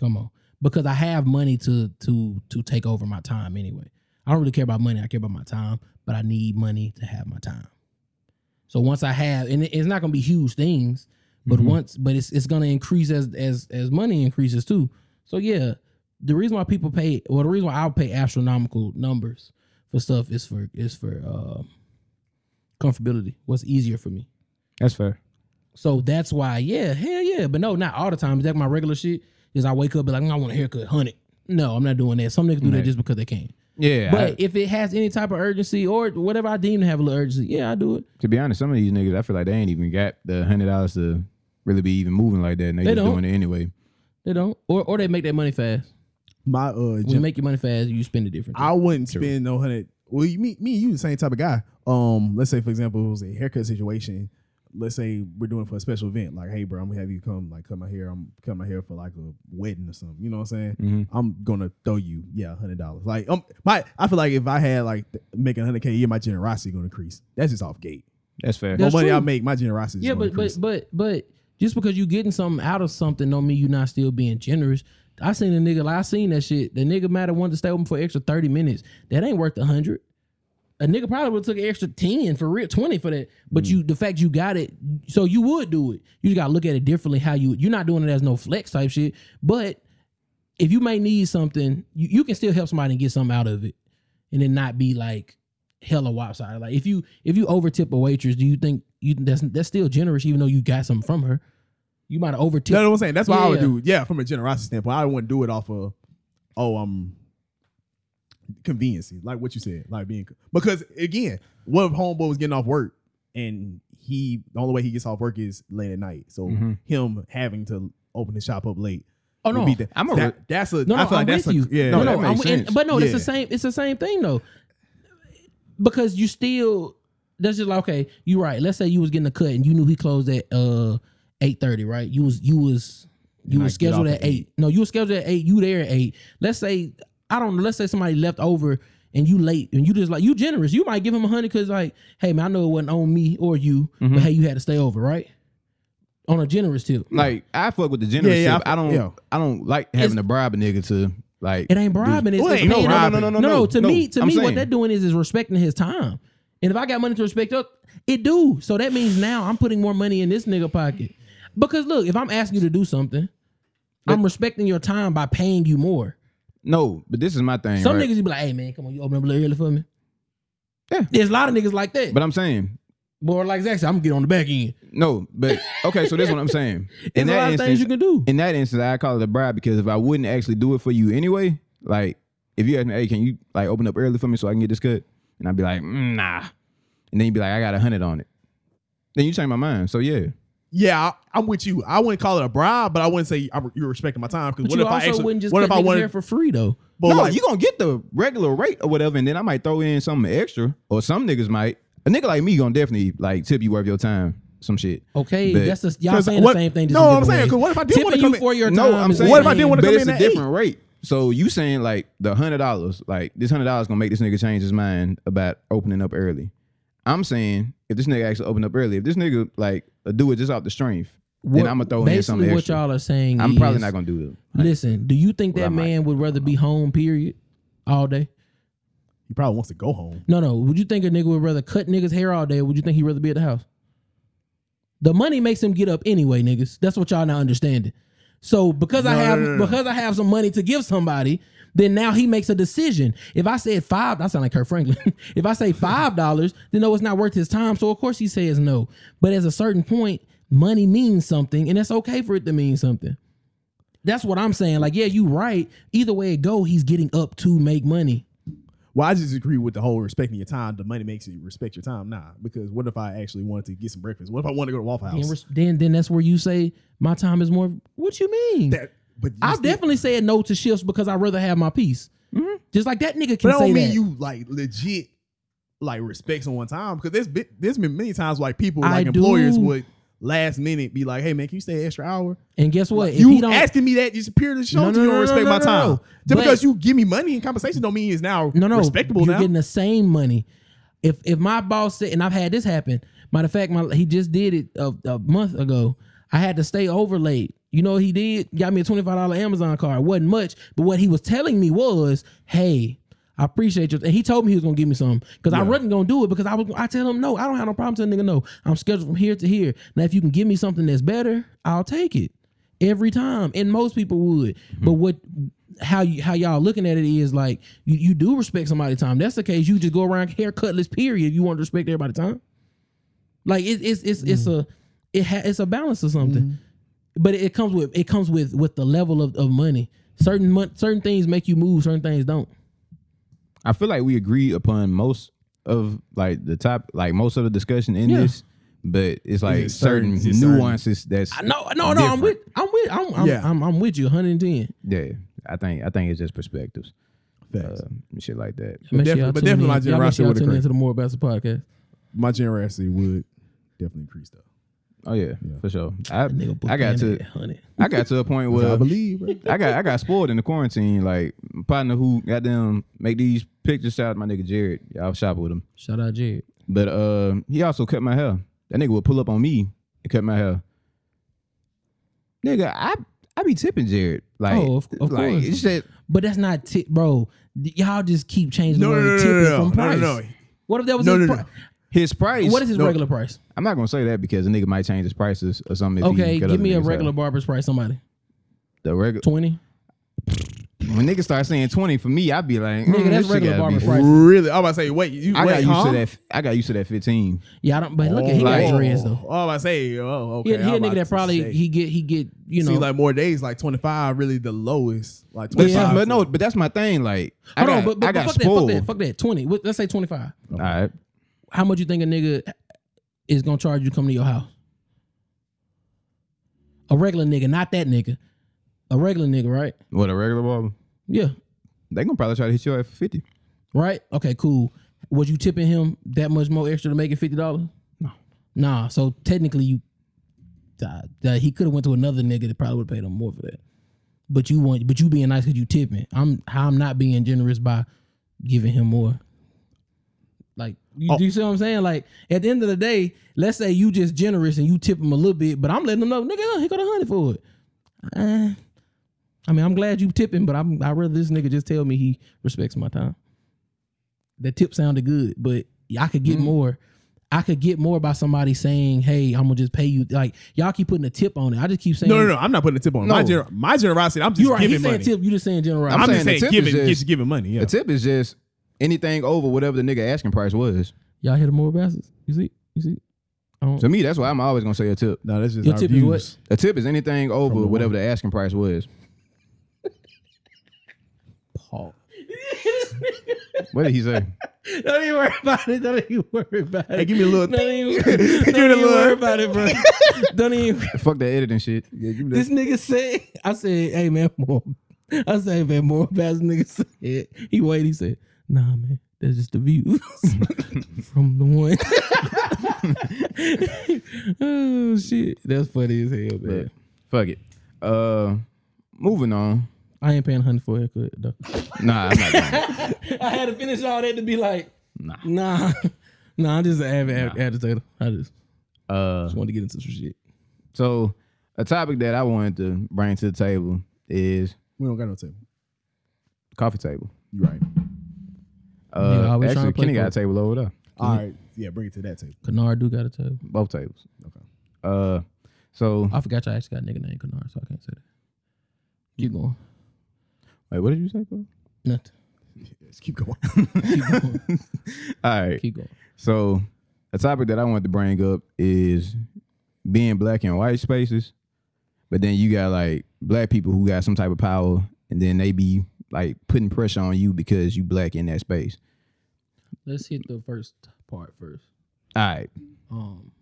Come on, because I have money to to to take over my time anyway. I don't really care about money. I care about my time, but I need money to have my time. So once I have, and it- it's not gonna be huge things, but once, but it's it's gonna increase as as as money increases too. So yeah, the reason why people pay, well, the reason why I'll pay astronomical numbers for stuff is for is for uh, comfortability. What's easier for me. That's fair. So that's why, yeah, hell yeah. But no, not all the time. That's my regular shit. Is I wake up be like, "Mm, I want a haircut, hundred. No, I'm not doing that. Some niggas do that Right. just because they can. Yeah, But I- if it has any type of urgency or whatever I deem to have a little urgency, yeah, I do it. To be honest, some of these niggas, I feel like they ain't even got the hundred dollars to really be even moving like that. And they, They just don't. doing it anyway. They don't, or or they make their money fast. my uh, When you make your money fast, you spend it differently. I wouldn't spend no hundred. Well, you, me, me, and you the same type of guy. Um, let's say for example, it was a haircut situation. Let's say we're doing it for a special event, like, hey, bro, I'm gonna have you come, like, cut my hair. I'm cut my hair for like a wedding or something. You know what I'm saying? Mm-hmm. I'm gonna throw you, yeah, hundred dollars. Like, um, my, I feel like if I had like th- making hundred k a year, my generosity gonna increase. That's just off gate. That's fair. That's the money I true. make, my generosity. Is yeah, gonna but but increase. but but just because you getting something out of something don't mean you not still being generous. I seen a nigga, like, I seen that shit. The nigga might have wanted to stay open for an extra thirty minutes. That ain't worth a hundred. A nigga probably would took an extra ten for real, twenty for that. But you, the fact you got it, so you would do it. You just gotta look at it differently. How you you're not doing it as no flex type shit, but if you may need something, you, you can still help somebody and get something out of it, and then not be like hella wopsided. Like if you if you overtip a waitress, do you think you that's that's still generous even though you got something from her? You might have overtipped. No, no, I'm saying that's what I would Yeah. do. Yeah, from a generosity standpoint, I wouldn't do it off of, oh, um, conveniency, like what you said, like being because again, what if homeboy was getting off work and he the only way he gets off work is late at night, so Mhm. him having to open his shop up late. Mm-hmm. oh would no, be the, I'm a that- re- that's a no, no, I feel like I'm that's with you. a, yeah, no, that no, makes I'm, with- and- sense. but no, that's the Yeah. same. It's the same thing though, because you still that's just like okay, you right. Let's say you was getting a cut and you knew he closed at uh eight thirty, right? You was you was you And was I get off scheduled at at eight. No, you were scheduled at eight. You there at eight. Let's say I don't know. Let's say somebody left over and you late and you just like you generous. You might give him a hundred because like, hey man, I know it wasn't on me or you, Mm-hmm. but hey, you had to stay over, right? On a generous tip, like I fuck with the generous. Yeah, Yeah, yeah, I I, fuck- don't. yeah. I don't like having to bribe a nigga to like. It ain't bribing. It's, Well, it's ain't no paying bribing. him. No, no, no, no, to no. me, to I'm me, what saying- that doing is is respecting his time. And if I got money to respect, uh, it do. So that means now I'm putting more money in this nigga pocket. Because look, if I'm asking you to do something, I'm respecting your time by paying you more. No, but this is my thing. Some right? niggas be like, "Hey man, come on, you open up a little early for me." Yeah. there's a lot of niggas like that. But I'm saying But like Zach said, I'm gonna get on the back end. no. But okay, so this is what I'm saying. In There's a lot that of things instance, you can do. in that instance, I call it a bribe because if I wouldn't actually do it for you anyway, like if you ask me, hey, can you like open up early for me so I can get this cut, and I'd be like, "Mm, nah. and then you be like, I got a hundred on it. Then you change my mind. So yeah, Yeah, I, I'm with you. I wouldn't call it a bribe, but I wouldn't say I'm, you're respecting my time because But what you if I also actually? wouldn't just what cut if I niggas wanted? hair for free though. but no, like, you gonna get the regular rate or whatever, and then I might throw in something extra, or some niggas might. A nigga like me gonna definitely like tip you worth your time, some shit. Okay, But- that's just y'all 'Cause saying what- the same thing. Just No, in I'm different saying, ways. 'cause what if I did Tipping wanna you come in- for your No, time I'm is saying. What if I didn't lame. wanna But come it's in a at different rate. So you saying like the hundred dollars, like this hundred dollars gonna make this nigga change his mind about opening up early. I'm saying if this nigga actually open up early, if this nigga like do it just off the strength, then What- I'm gonna throw in basically something what extra. y'all are saying. I'm is, probably not gonna do it. listen. Do you think Well, I that might. man would rather be home period all day? he probably wants to go home. No, no. Would you think a nigga would rather cut niggas hair all day? Or would you think he'd rather be at the house? The money makes him get up anyway, niggas. That's what y'all not understanding. So because I No, have no, no, no. because I have some money to give somebody, then now he makes a decision. If I said five, I sound like Kurt Franklin. if I say five dollars, then no, it's not worth his time. So of course he says no. But at a certain point, money means something, and it's okay for it to mean something. That's what I'm saying. Like, yeah, you right. Either way it go, he's getting up to make money. Well, I just agree with the whole respecting your time. The money makes you respect your time. Nah, because what if I actually wanted to get some breakfast? What if I want to go to Waffle House? Then, res- then then that's where you say my time is more. What you mean? that, but you I still- definitely said no to shifts because I rather have my peace. Just like that nigga Mm-hmm. But can I say don't mean that. you like legit like respect someone time because there's been there's been many times like people I like employers do. would last minute be like, hey man, can you stay an extra hour? and guess what? if he you don't, asking me that you appear to show No, that no, you no, don't no, respect no, my no, time. no. Just But- because you give me money in compensation don't mean it's now no, no, respectable You're now. getting the same money. If if my boss said, and I've had this happen. Matter of fact, my he just did it a, a month ago. I had to stay over late. You know what he did? Got me a twenty five dollar Amazon card. wasn't much, but what he was telling me was, "Hey, I appreciate you." And he told me he was gonna give me some because I wasn't gonna do it because I was. I tell him no. I don't have no problem telling nigga no. I'm scheduled from here to here. Now, if you can give me something that's better, I'll take it every time and most people would but what how you how y'all looking at it is like you, you do respect somebody's time that's the case you just go around haircutless period you want to respect everybody's time like it, it's it's it's a it ha, it's a balance or something but it, comes with it comes with with the level of, of money certain mon- certain things make you move certain things don't I feel like we agree upon most of like the top, like most of the discussion in Yeah. this, but it's like just certain- certain it's just certain. nuances that's I- no no no i'm with Different. i'm with i'm I'm, Yeah. I'm I'm with you 110 yeah. I think I think it's just perspectives, uh, Facts. and shit like that. Make sure defi- y'all but tune definitely in. my Y'all make sure generosity y'all would tune agree. into the more Bastard podcast my generosity would definitely increase though. Oh yeah, for sure. I, Nigga, I got Buchanan to at 100. I got to a point where I believe. Right? I got I got spoiled in the quarantine. Like my partner who got them make these pictures. Shout out to my nigga Jared. I was shopping with him, shout out jared but uh, he also cut my hair. That nigga would pull up on me and cut my hair. Nigga, I I be tipping Jared. Like, Oh, of- of like, course. It's just, But that's not tip, bro. Y'all just keep changing No, the no, word no, no, tipping no, from no, no, price. no. What if that was No, his no, pri- his price. What is his No. regular price? I'm not gonna say that because a nigga might change his prices or something. If Okay, he cut give other me a niggas' hair. regular barber's price, somebody. The regular. 20. When niggas start saying twenty for me, I'd be Nigga, like, mm, that's this shit regular gotta be barber f- price. Really? I'm about to say, wait, you I wait, got used huh? to that. f- I got used to that fifteen. Yeah, I don't but look at he like- got dreads though. Oh, I say, oh, He, okay. he a I'm nigga about that to probably say. he get he get, you know. see like more days, like 25, really the lowest. Like But, 25. Yeah. but no, but that's my thing. Like, I hold got, on, but, but, I but got fuck spoiled. that, fuck that, fuck that. 20. What- Let's say 25. All right. How much you think a nigga is gonna charge you to come to your house? A regular nigga, not that nigga. A regular nigga, right? What a regular barber. Yeah. They gonna probably try to hit you at fifty. right? Okay, cool. Was you tipping him that much more extra to make it fifty dollars? No. Nah. So technically, you uh, uh, he could have went to another nigga that probably would have paid him more for that. But you want, but you being nice because you tipping. I'm, I'm not being generous by giving him more. Like, you, Oh. do you see what I'm saying? Like, at the end of the day, let's say you just generous and you tip him a little bit, but I'm letting him know, nigga, he got a hundred for it. Uh, I mean, I'm glad you tipping, but I'm I rather this nigga just tell me he respects my time. That tip sounded good, but I could Mm-hmm. get more. I could get more by somebody saying, "Hey, I'm gonna just pay you." Like y'all keep putting a tip on it. I just keep saying, no, no, no. I'm not putting a tip on it. my, No. gener- my generosity. I'm just You're right. He giving saying money. tip. You just saying generosity. I'm I'm, just saying saying the tip giving, is just- just giving money. Yeah. A tip is just anything over whatever the nigga asking price was. y'all hear the more bastards? You see? You see? I don't- To me, that's why I'm always gonna say a tip. No, that's just Your our tip is views. what? A tip is anything over whatever the asking price was. What did he say? Don't even worry about it. Don't even worry about it. Hey, give me a little Don't even, don't even little- worry about it, bro. don't even. Fuck that editing shit. Yeah, give me This nigga said, I said, hey man, more. I said, hey man, more about this nigga said. He waited. He said, nah man, that's just the views from the one. oh shit, that's funny as hell, man. But fuck it. Uh, moving on. I ain't paying a hundred for a haircut though. Nah, I'm not doing it. I had to finish all that to be like, Nah. nah, nah. I'm just an avid avid agitator. I just Uh, wanted to get into some shit. so a topic that I wanted to bring to the table is We don't got no table. coffee table. You right. Mm-hmm. Uh, Yeah, I was trying to actually, play Kenny got a for- table over there. All right. Yeah, bring it to that table. Canard do got a table. Both tables. Okay. Uh, so I forgot y'all actually got a nigga named Canard, so I can't say that. Keep going. wait, what did you say? Bro? Nothing. Yes, keep going. Keep going. All right. Keep going. So a topic that I wanted to bring up is being black in white spaces, but then you got like black people who got some type of power, and then they be like putting pressure on you because you black in that space. Let's hit the first part first. All right. Um,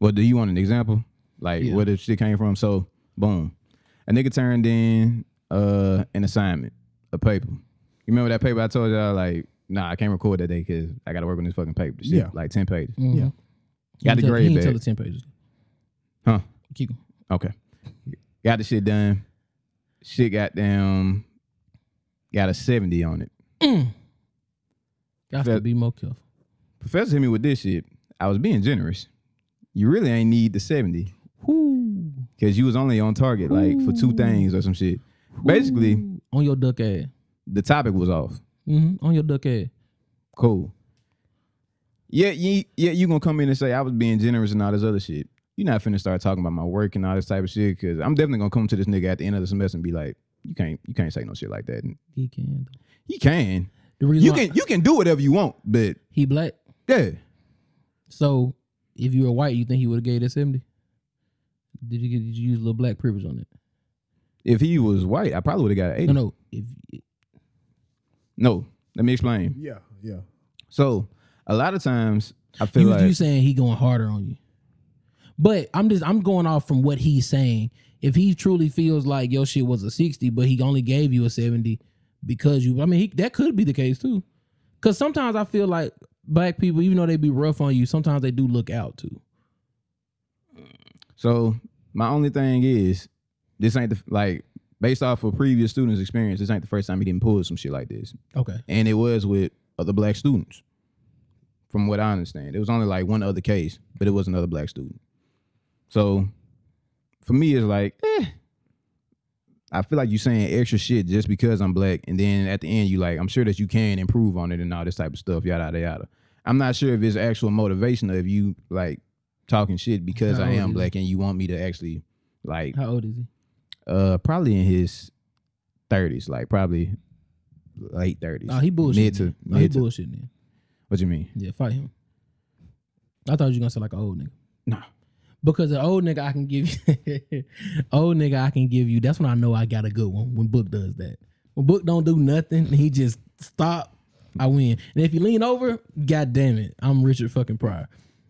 Well, do you want an example? Like Yeah. where the shit came from? So boom, a nigga turned in uh an assignment, a paper. You remember that paper I told y'all like. Nah, I can't record that day because I got to work on this fucking paper. Shit, Yeah. Like 10 pages. Yeah. Got Mm-hmm. He the tell- grade He didn't back. tell the ten pages. Huh. Keep going. Okay. Got the shit done. Shit got down. Got a 70 on it. Got to That- be more careful. Professor hit me with this shit. I was being generous. You really ain't need the 70 Whoo. because you was only on target like for two things or some shit. Basically, Whoo. on your duck ass. the topic was off. hmm On your duck ass. Cool. Yeah, you, yeah, you gonna come in and say I was being generous and all this other shit. You're not finna start talking about my work and all this type of shit because I'm definitely gonna come to this nigga at the end of the semester and be like, you can't, you can't say no shit like that. And He can. he can. The reason You why- can you can do whatever you want, but He black. yeah. So if you were white, you think he would have gave that seventy? Did you get? Did you use a little black privilege on it? If he was white, I probably would have got an 80. No, No, no. If let me explain. Yeah, yeah. So a lot of times I feel you, like you saying he going harder on you, but I'm just I'm going off from what he's saying. If he truly feels like your shit was a sixty, but he only gave you a seventy because you. I mean, he, that could be the case too. Because sometimes I feel like black people, even though they be rough on you, sometimes they do look out too. so my only thing is this ain't the like based off of previous students' experience, this ain't the first time he didn't pull some shit like this. Okay. And it was with other black students. From what I understand. It was only like one other case, but it was another black student. So for me it's like, eh. I feel like you saying extra shit just because I'm black, and then at the end you like, I'm sure that you can improve on it and all this type of stuff, yada yada yada. I'm not sure if it's actual motivation or if you like talking shit because How I old am is black and you want me to actually like How old is he? uh probably in his thirties, like probably late thirties. Oh, he bullshitting. Mid to, Nah, he mid to bullshitting. Then. what you mean? Yeah, fight him. I thought you were gonna say like an old nigga. Nah. Because an old nigga I can give you old nigga I can give you. That's when I know I got a good one when Book does that. When Book don't do nothing, he just stop, I win. And if you lean over, god damn it, I'm Richard fucking Pryor.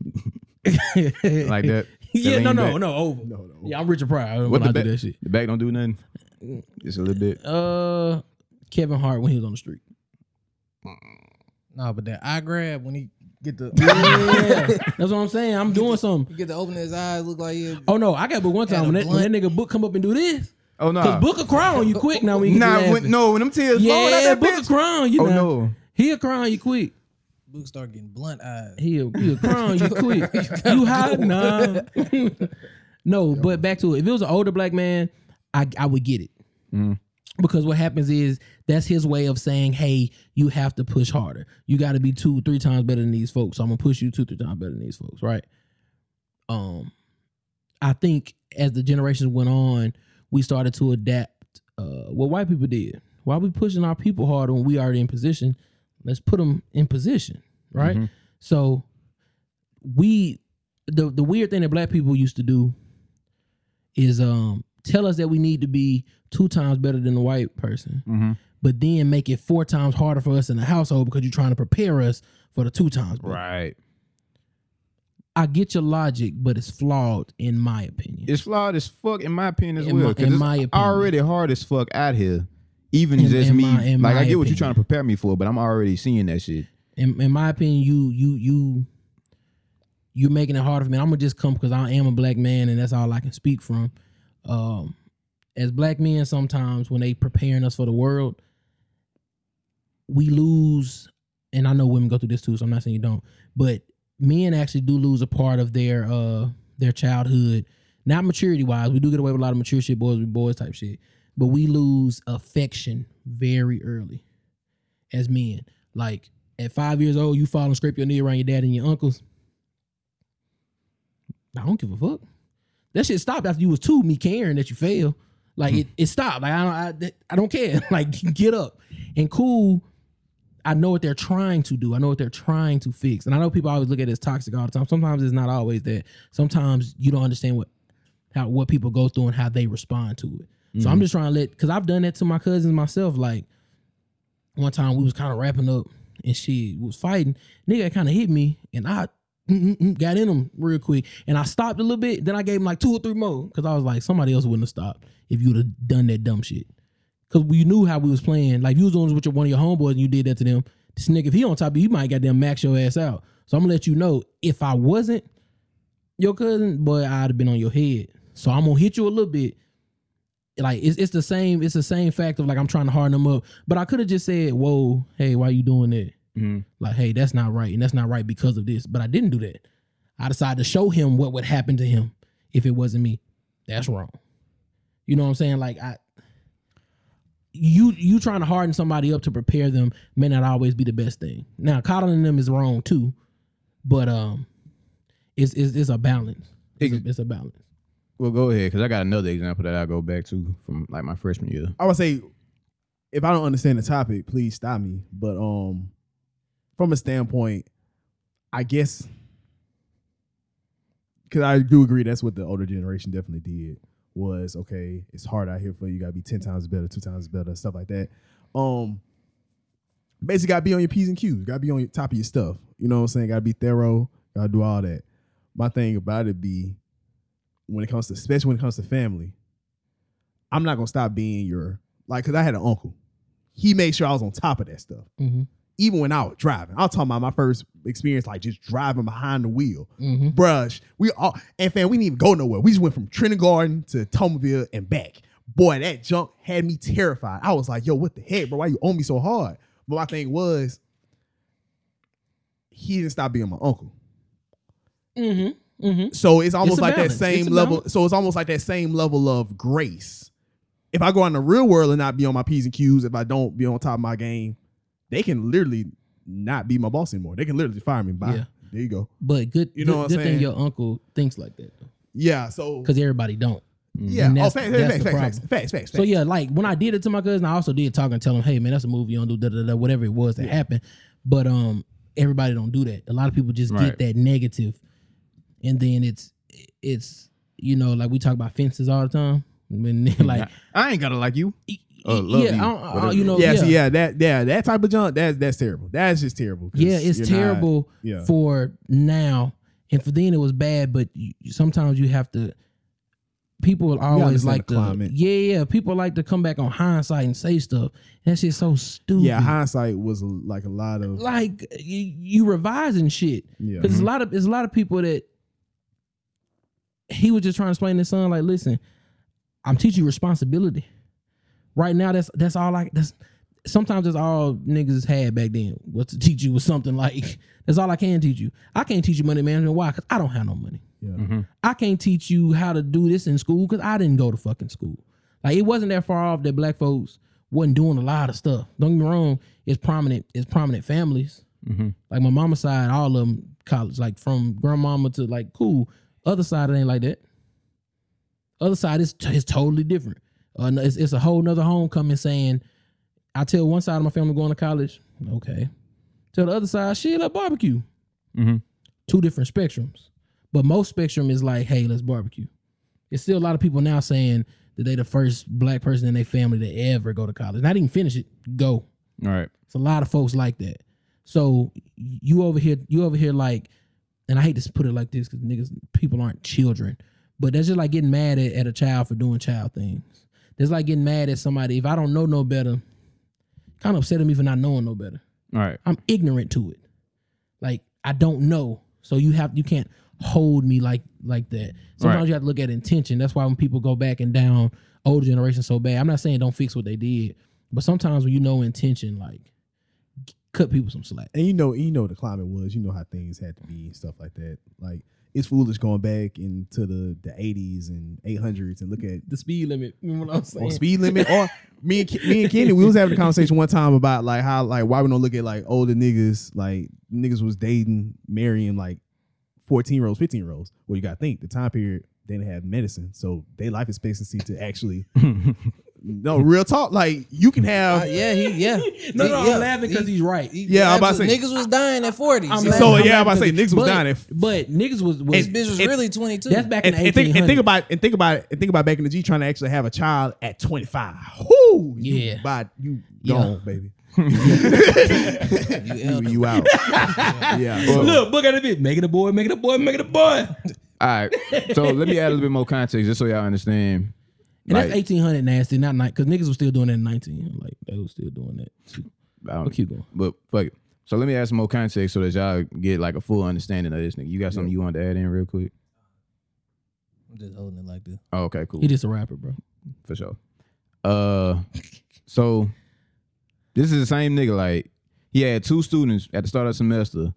Like that. yeah, That no, lean no, back. no, over. No, no. Yeah, I'm Richard Pryor when What I the do back? that shit. The back don't do nothing. Just a little bit. Uh Kevin Hart when he was on the street. Nah, but that eye grab when he get the Yeah, that's what I'm saying. I'm doing something. he get to open his eyes, look like he Oh no, I got but one Had time a when that, when blunt. that nigga Book come up and do this. Oh no. Cause Book a cry on you quick now when you nah, get when, when, no, when them tears flowing Yeah, out that Book a bitch. cry on you Oh now. no. He a cry on you quick. Luke start getting blunt eyes. He a, he a cry on you quick. you high? Nah. no, but back to it. If it was an older black man, I, I would get it. Because what happens is that's his way of saying, hey, you have to push harder. You got to be two, three times better than these folks. So I'm going to push you two, three times better than these folks, right? um I think as the generations went on, we started to adapt uh what white people did. Why we pushing our people harder when we already in position? Let's put them in position, right? So we the the weird thing that black people used to do is um tell us that we need to be two times better than the white person, Mm-hmm. but then make it four times harder for us in the household because you're trying to prepare us for the two times. better. Right. I get your logic, but it's flawed in my opinion. It's flawed as fuck in my opinion as In well. my- 'cause in it's my opinion. already hard as fuck out here. Even In- just in me, my- in like my I get what you're opinion. trying to prepare me for, but I'm already seeing that shit. in, in my opinion, you you you you're making it harder for me. I'm gonna just come because I am a black man, and that's all I can speak from. Um, as black men, sometimes when they preparing us for the world, we lose, and I know women go through this too. So I'm not saying you don't, but men actually do lose a part of their uh their childhood. Not maturity wise, we do get away with a lot of mature shit, boys with boys type shit, but we lose affection very early as men. Like at five years old, you fall and scrape your knee around your dad and your uncles. I don't give a fuck. That shit stopped after you was two. Me caring that you fail, like it, it stopped. Like I don't, I, that- I don't care. like get up and cool. I know what they're trying to do. I know what they're trying to fix. And I know people always look at it as toxic all the time. Sometimes it's not always that. Sometimes you don't understand what how what people go through and how they respond to it. So I'm just trying to let because I've done that to my cousins myself. Like one time we was kind of wrapping up and she was fighting. Nigga kind of hit me and I mm, mm, mm, got in him real quick and I stopped a little bit. Then I gave him like two or three more because I was like, somebody else wouldn't have stopped if you would have done that dumb shit. Cause we knew how we was playing. Like if you was doing this with your, one of your homeboys and you did that to them. This nigga, if he on top of you, he might goddamn max your ass out. So I'm gonna let you know if I wasn't your cousin, boy, I'd have been on your head. So I'm gonna hit you a little bit, like it's, it's the same it's the same fact of like I'm trying to harden them up, but I could have just said, "Whoa, hey, why you doing that?" Like, "Hey, that's not right, and that's not right because of this." But I didn't do that. I decided to show him what would happen to him if it wasn't me. That's wrong. You know what I'm saying? Like I, you you trying to harden somebody up to prepare them may not always be the best thing. Now coddling them is wrong too, but um, it's it's, it's a balance. It's a, it's a balance. Well, go ahead because I got another example that I go back to from like my freshman year. I would say if I don't understand the topic, please stop me. But um from a standpoint, I guess because I do agree that's what the older generation definitely did was okay, it's hard out here for you, you gotta be ten times better, two times better, stuff like that. Um basically gotta be on your P's and Q's, gotta be on your top of your stuff. You know what I'm saying? Gotta be thorough, gotta do all that. My thing about it be when it comes to especially when it comes to family, I'm not gonna stop being your like because I had an uncle. He made sure I was on top of that stuff. Mm-hmm. Even when I was driving, I'll talk about my first experience, like just driving behind the wheel. Mm-hmm. Brush, we all and fam, we didn't even go nowhere. We just went from Trinity Garden to Tomerville and back. Boy, that junk had me terrified. I was like, yo, what the heck, bro? Why you owe me so hard? But my thing was, he didn't stop being my uncle. Mm-hmm. Mm-hmm. So it's almost a like balance. that same It's a level. balance. So it's almost like that same level of grace. If I go out in the real world and not be on my P's and Q's, if I don't be on top of my game, they can literally not be my boss anymore. They can literally fire me. Bye. Yeah. There you go. But good, You know good- what I'm good, saying? thing your uncle thinks like that Yeah. So because everybody don't. yeah. and Oh, that's- facts, that's the facts, facts, facts, problem. facts, facts, So yeah, like when I did it to my cousin, I also did talk and tell him, "Hey man, that's a movie on do da da da whatever it was that happened." But um, everybody don't do that. A lot of people just Right. get that negative, and then it's it's you know like we talk about fences all the time. When like e, I ain't gotta like you. Oh, Uh, love yeah, you, I don't- I don't- whatever. you know yeah, yeah so yeah, that yeah, that type of junk, that's that's terrible. That's just terrible. 'cause Yeah, it's you're not- terrible yeah. for now, and for then it was bad. But you, sometimes you have to. People always understand like the to, climate. yeah, yeah. People like to come back on hindsight and say stuff. That shit's so stupid. yeah, hindsight was like a lot of like you, you revising shit. yeah. Mm-hmm. Because there's a lot of there's a lot of people that he was just trying to explain to his son, like, listen, I'm teaching you responsibility. Right now, that's that's all I that's sometimes that's all niggas had back then was to teach you was something like that's all I can teach you. I can't teach you money management. Why? Because I don't have no money. Yeah. I can't teach you how to do this in school because I didn't go to fucking school. Like it wasn't that far off that black folks wasn't doing a lot of stuff. Don't get me wrong, it's prominent, it's prominent families. Like my mama's side, all of them college, like from grandmama to like cool. Other side, it ain't like that. Other side is t- is totally different. Uh, no, it's, it's a whole nother homecoming saying, I tell one side of my family going to college, okay. Tell the other side, shit, let barbecue. Two different spectrums. But most spectrum is like, hey, let's barbecue. It's still a lot of people now saying that they the first black person in their family to ever go to college. Not even finish it, go. All right. It's a lot of folks like that. So you over here, you over here like, and I hate to put it like this because niggas, people aren't children, but that's just like getting mad at, at a child for doing child things. That's like getting mad at somebody if I don't know no better. Kind of upset at me for not knowing no better. All right. I'm ignorant to it. Like I don't know. So you have you can't hold me like like that. Sometimes Right. you have to look at intention. That's why when people go back and down older generation so bad. I'm not saying don't fix what they did, but sometimes when you know intention, like g- cut people some slack. and you know, you know the climate was. You know how things had to be and stuff like that. Like it's foolish going back into the the eighties and eight hundreds and look at The speed limit. Remember what I was saying? on speed limit or me and Ke- me and Kenny, we was having a conversation one time about like how like why we don't look at like older niggas like niggas was dating, marrying like fourteen year olds, fifteen year olds. Well, you got to think the time period they didn't have medicine, so they life expectancy to actually no real talk. Like you can have Uh, yeah, he yeah. No, He- no, yeah, I'm laughing because he- he's right. he- Yeah, I'm about to absolute- say- niggas was dying at 40s. I'm Like, laughing- so I'm yeah, I'm laughing about to say, 'cause- niggas but- was down at- but niggas was, was this bitch was it- really 22. that's back in and, the and think, and 1800s. think about and think about and think about back in the G trying to actually have a child at 25. Whoo, Yeah. but you Yeah. gone, baby. You You, elder. you out. yeah. so- Look, look at the bitch making a boy, making a boy, making a boy. All right. So let me add a little bit more context just so y'all understand. And that's Like- 1800 nasty, not night because niggas was still doing that in 19. Like they was still doing that. I don't- But keep going. But fuck it. So let me add some more context so that y'all get like a full understanding of this nigga. You got something you want to add in real quick? I'm just holding it like this. Oh, okay, cool. He just a rapper, bro. For sure. Uh so this is the same nigga. Like he had two students at the start of the semester.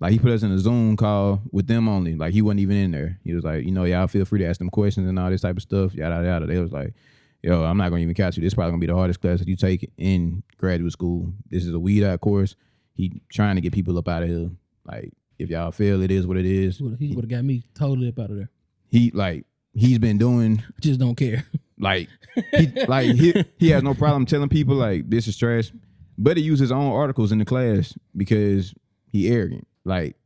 Like he put us in a Zoom call with them only. Like he wasn't even in there. He was like, you know, y'all feel free to ask them questions and all this type of stuff. Yada yada. yada. They was like, yo, I'm not gonna even catch you. This probably gonna be the hardest class that you take in graduate school. This is a weed out course. He trying to get people up out of here. Like if y'all fail, it is what it is. He would have got me totally up out of there. He like he's been doing Just don't care. like he like he, he has no problem telling people like this is trash. But he used his own articles in the class because he arrogant. Like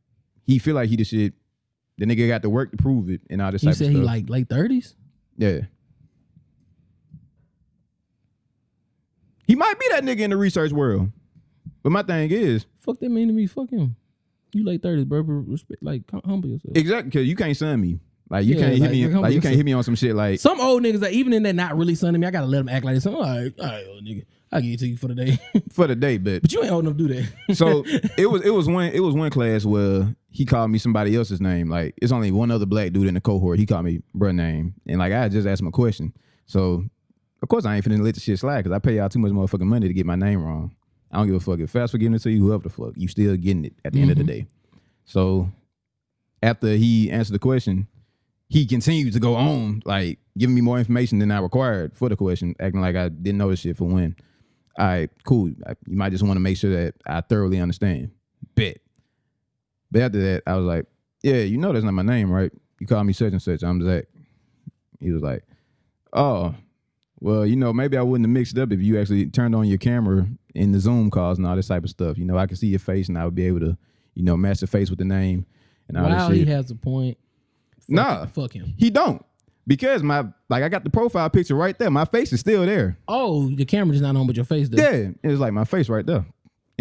he feel like he the shit. The nigga got the work to prove it and all this He type said of he stuff. like late 30s. yeah. He might be that nigga in the research world. But my thing is, Fuck that mean to me. Fuck him. You late 30s, bro. but Respect, like hum- humble yourself. exactly because you can't sun me. Like you Yeah, can't like, hit me come like you with can't some- hit me on some shit like Some old niggas that even in that not really son to me, I gotta let them act like this. I'm like, all right, old nigga, I'll give it to you for the day. for the day, but but you ain't old enough to do that. so it was it was one it was one class where he called me somebody else's name. Like it's only one other black dude in the cohort. He called me bruh name, and like I had just asked him a question. So of course I ain't finna let the shit slide because I pay y'all too much motherfucking money to get my name wrong. I don't give a fuck if fast forgetting it to you, whoever the fuck, you still getting it at the end of the day. So after he answered the question, he continued to go on like giving me more information than I required for the question, acting like I didn't know this shit for when. All right, cool. I- You might just want to make sure that I thoroughly understand. Bet. But after that, I was like, yeah, you know that's not my name, right? You call me such and such. I'm Zach. He was like, oh, well, you know, maybe I wouldn't have mixed it up if you actually turned on your camera in the Zoom calls and all this type of stuff. You know, I could see your face and I would be able to, you know, match the face with the name and all wow, this he shit. has a point. Fuck Nah. him. fuck him. He don't. Because my like I got the profile picture right there. My face is still there. Oh, the camera's not on, but your face does. Yeah. It was like my face right there. And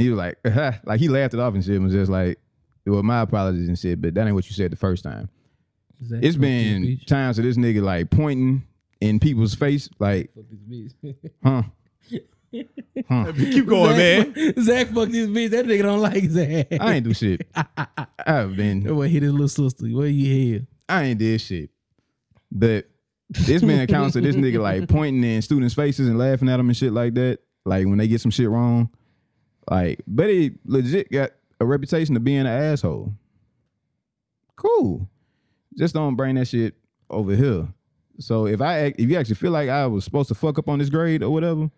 he was like, like he laughed it off and shit and was just like, Well, my apologies and shit, but that ain't what you said the first time. Is that fuck It's this been bitch? times of this nigga like pointing in people's face, like, Fuck this bitch. huh? Keep going, man. Zach, Zach fuck this bitch. That nigga don't like Zach. I ain't do shit. I've been Well, hit his little sister. Where you here? I ain't did shit. But it's been accounts of this nigga like pointing in students' faces and laughing at them and shit like that. Like when they get some shit wrong. Like, but he legit got a reputation of being an asshole. Cool. Just don't bring that shit over here. So if I act, if you actually feel like I was supposed to fuck up on this grade or whatever,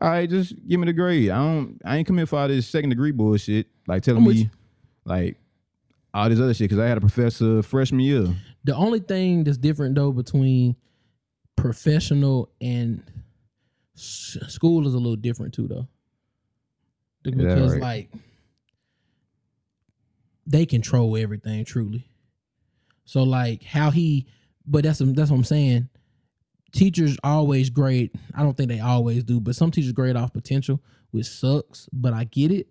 all right, just give me the grade. I don't I ain't coming for all this second degree bullshit. Like telling I'm with me you. like all this other shit, cause I had a professor freshman year. The only thing that's different though between professional and s- school is a little different too though. Th- Is that Because right? like they control everything truly. So like how he but that's that's what I'm saying. teachers always grade. I don't think they always do, but some teachers grade off potential, which sucks. But I get it.